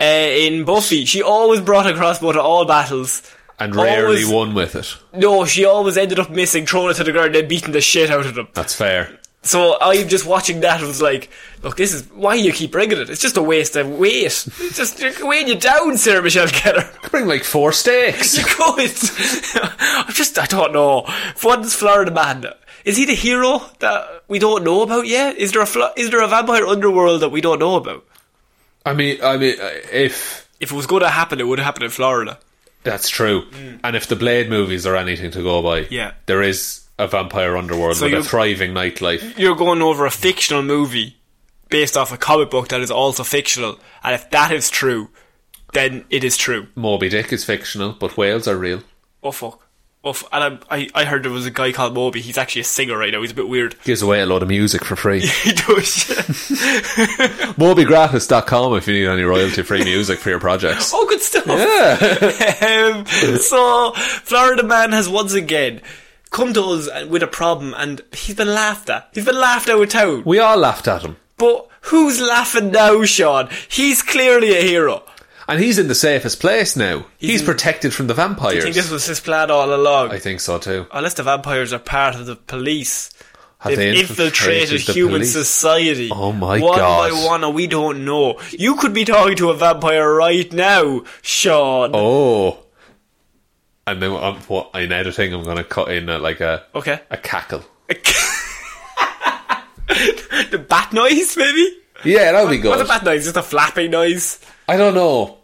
S1: Uh, in Buffy, she always brought a crossbow to all battles.
S2: and rarely
S1: Always-
S2: won with it?
S1: No, she always ended up missing, throwing it to the ground, and beating the shit out of them.
S2: That's fair.
S1: So I'm just watching that and was like, look, this is why you keep bringing it. It's just a waste of weight. It's just you're weighing you down, Sarah Michelle Keller.
S2: Bring like four steaks.
S1: You could. I'm just, I don't know. One's Florida man. Is he the hero that we don't know about yet? Is there a flo- is there a vampire underworld that we don't know about?
S2: I mean, I mean, uh, if
S1: If it was going to happen, it would have happened in Florida.
S2: that's true, and if the Blade movies are anything to go by,
S1: Mm. Yeah.
S2: there is a vampire underworld
S1: So
S2: with a
S1: you-
S2: thriving nightlife.
S1: you're going over a fictional movie based off a comic book that is also fictional, and if that is true, then it is true.
S2: Moby Dick is fictional, but whales are real.
S1: Oh fuck. Oh, f- and I, I, I heard there was a guy called Moby. He's actually a singer right now. He's a bit weird.
S2: Gives away a lot of music for free.
S1: He does.
S2: MobyGratis.com if you need any royalty-free music for your projects.
S1: oh, good stuff. um, so, Florida man has once again come to us with a problem, and he's been laughed at. He's been laughed out of town.
S2: We all laughed at him,
S1: But who's laughing now, Sean? He's clearly a hero.
S2: and he's in the safest place now. He's,
S1: in-
S2: protected from the
S1: I
S2: vampires.
S1: think this was his plan all along.
S2: I think so too.
S1: Unless the vampires are part of the police.
S2: Have
S1: They've
S2: they
S1: infiltrated,
S2: the
S1: human
S2: police?
S1: society.
S2: Oh my
S1: one
S2: God.
S1: by one, and we don't know. You could be talking to a vampire right now, Sean.
S2: Oh. And then um, what, in editing, I'm going to cut in uh, like a
S1: Okay.
S2: a cackle.
S1: The bat noise, maybe?
S2: Yeah, that'll be
S1: What's
S2: Oh. good.
S1: a bat noise? Just a flapping noise?
S2: I don't know.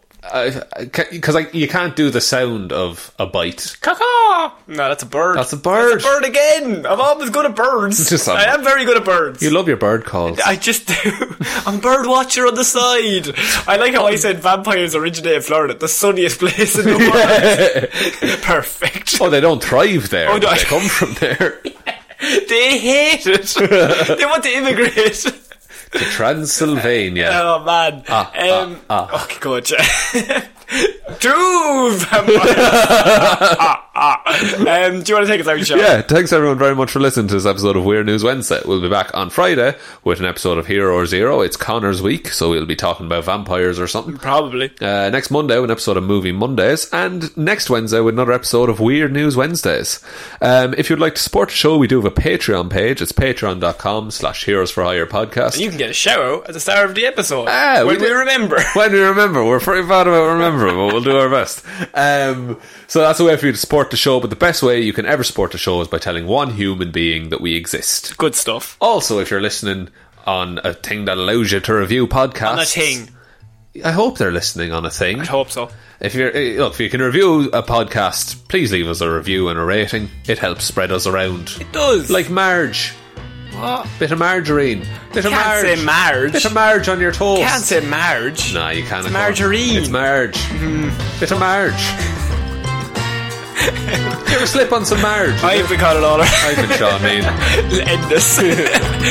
S2: Because I, you can't do the sound of a bite.
S1: Caw-caw. No, that's a bird.
S2: That's a bird.
S1: That's a bird again. I'm always good at birds.
S2: Just a-
S1: I am very good at birds.
S2: You love your bird calls.
S1: I just do. I'm a bird watcher on the side. I like how I said vampires originate in Florida, the sunniest place in the world. Perfect.
S2: oh, they don't thrive there.
S1: Oh,
S2: Oh,
S1: no.
S2: They come from there.
S1: They hate it. they want to immigrate.
S2: to Transylvania.
S1: Oh man.
S2: Ah,
S1: um, Okay, gotcha. Two vampires. Ah, ah. Um, do you want to take us out, Sean?
S2: Yeah, thanks everyone very much for listening to this episode of Weird News Wednesday. We'll be back on Friday with an episode of Hero or Zero. It's Connor's week, so we'll be talking about vampires or something.
S1: Probably.
S2: Uh, next Monday, with an episode of Movie Mondays, and next Wednesday, with another episode of Weird News Wednesdays. Um, if you'd like to support the show, we do have a Patreon page. It's patreon.com slash heroes for hire podcast.
S1: And you can get a shout out at the start of the episode.
S2: Ah,
S1: when
S2: we
S1: we
S2: did-
S1: remember.
S2: when we remember, we're pretty bad about remembering, but we'll do our best. Um, so that's a way for you to support the show, but the best way you can ever support the show is by telling one human being that we exist.
S1: Good stuff.
S2: Also, if you're listening on a thing that allows you to review podcasts,
S1: On a thing.
S2: I hope they're listening on a thing.
S1: I hope so.
S2: If you're eh, look, if you can review a podcast, please leave us a review and a rating. It helps spread us around.
S1: It does.
S2: Like Marge,
S1: what?
S2: bit of margarine, bit of
S1: Can't
S2: marge,
S1: say Marge.
S2: bit of marge on your toast.
S1: Can't say Marge.
S2: Nah, you can't.
S1: It's margarine. Mm-hmm.
S2: It's marge. Bit of marge. you ever slip on some marge?
S1: I've been caught it all.
S2: I've been Sean Mean.
S1: End this.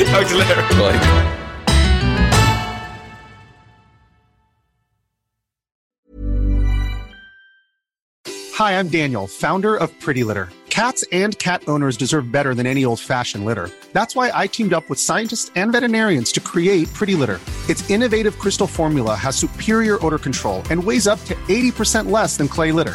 S1: Talk to you later.
S2: Like.
S3: Hi, I'm Daniel, founder of Pretty Litter. Cats and cat owners deserve better than any old fashioned litter. That's why I teamed up with scientists and veterinarians to create Pretty Litter. Its innovative crystal formula has superior odor control and weighs up to 80% less than clay litter.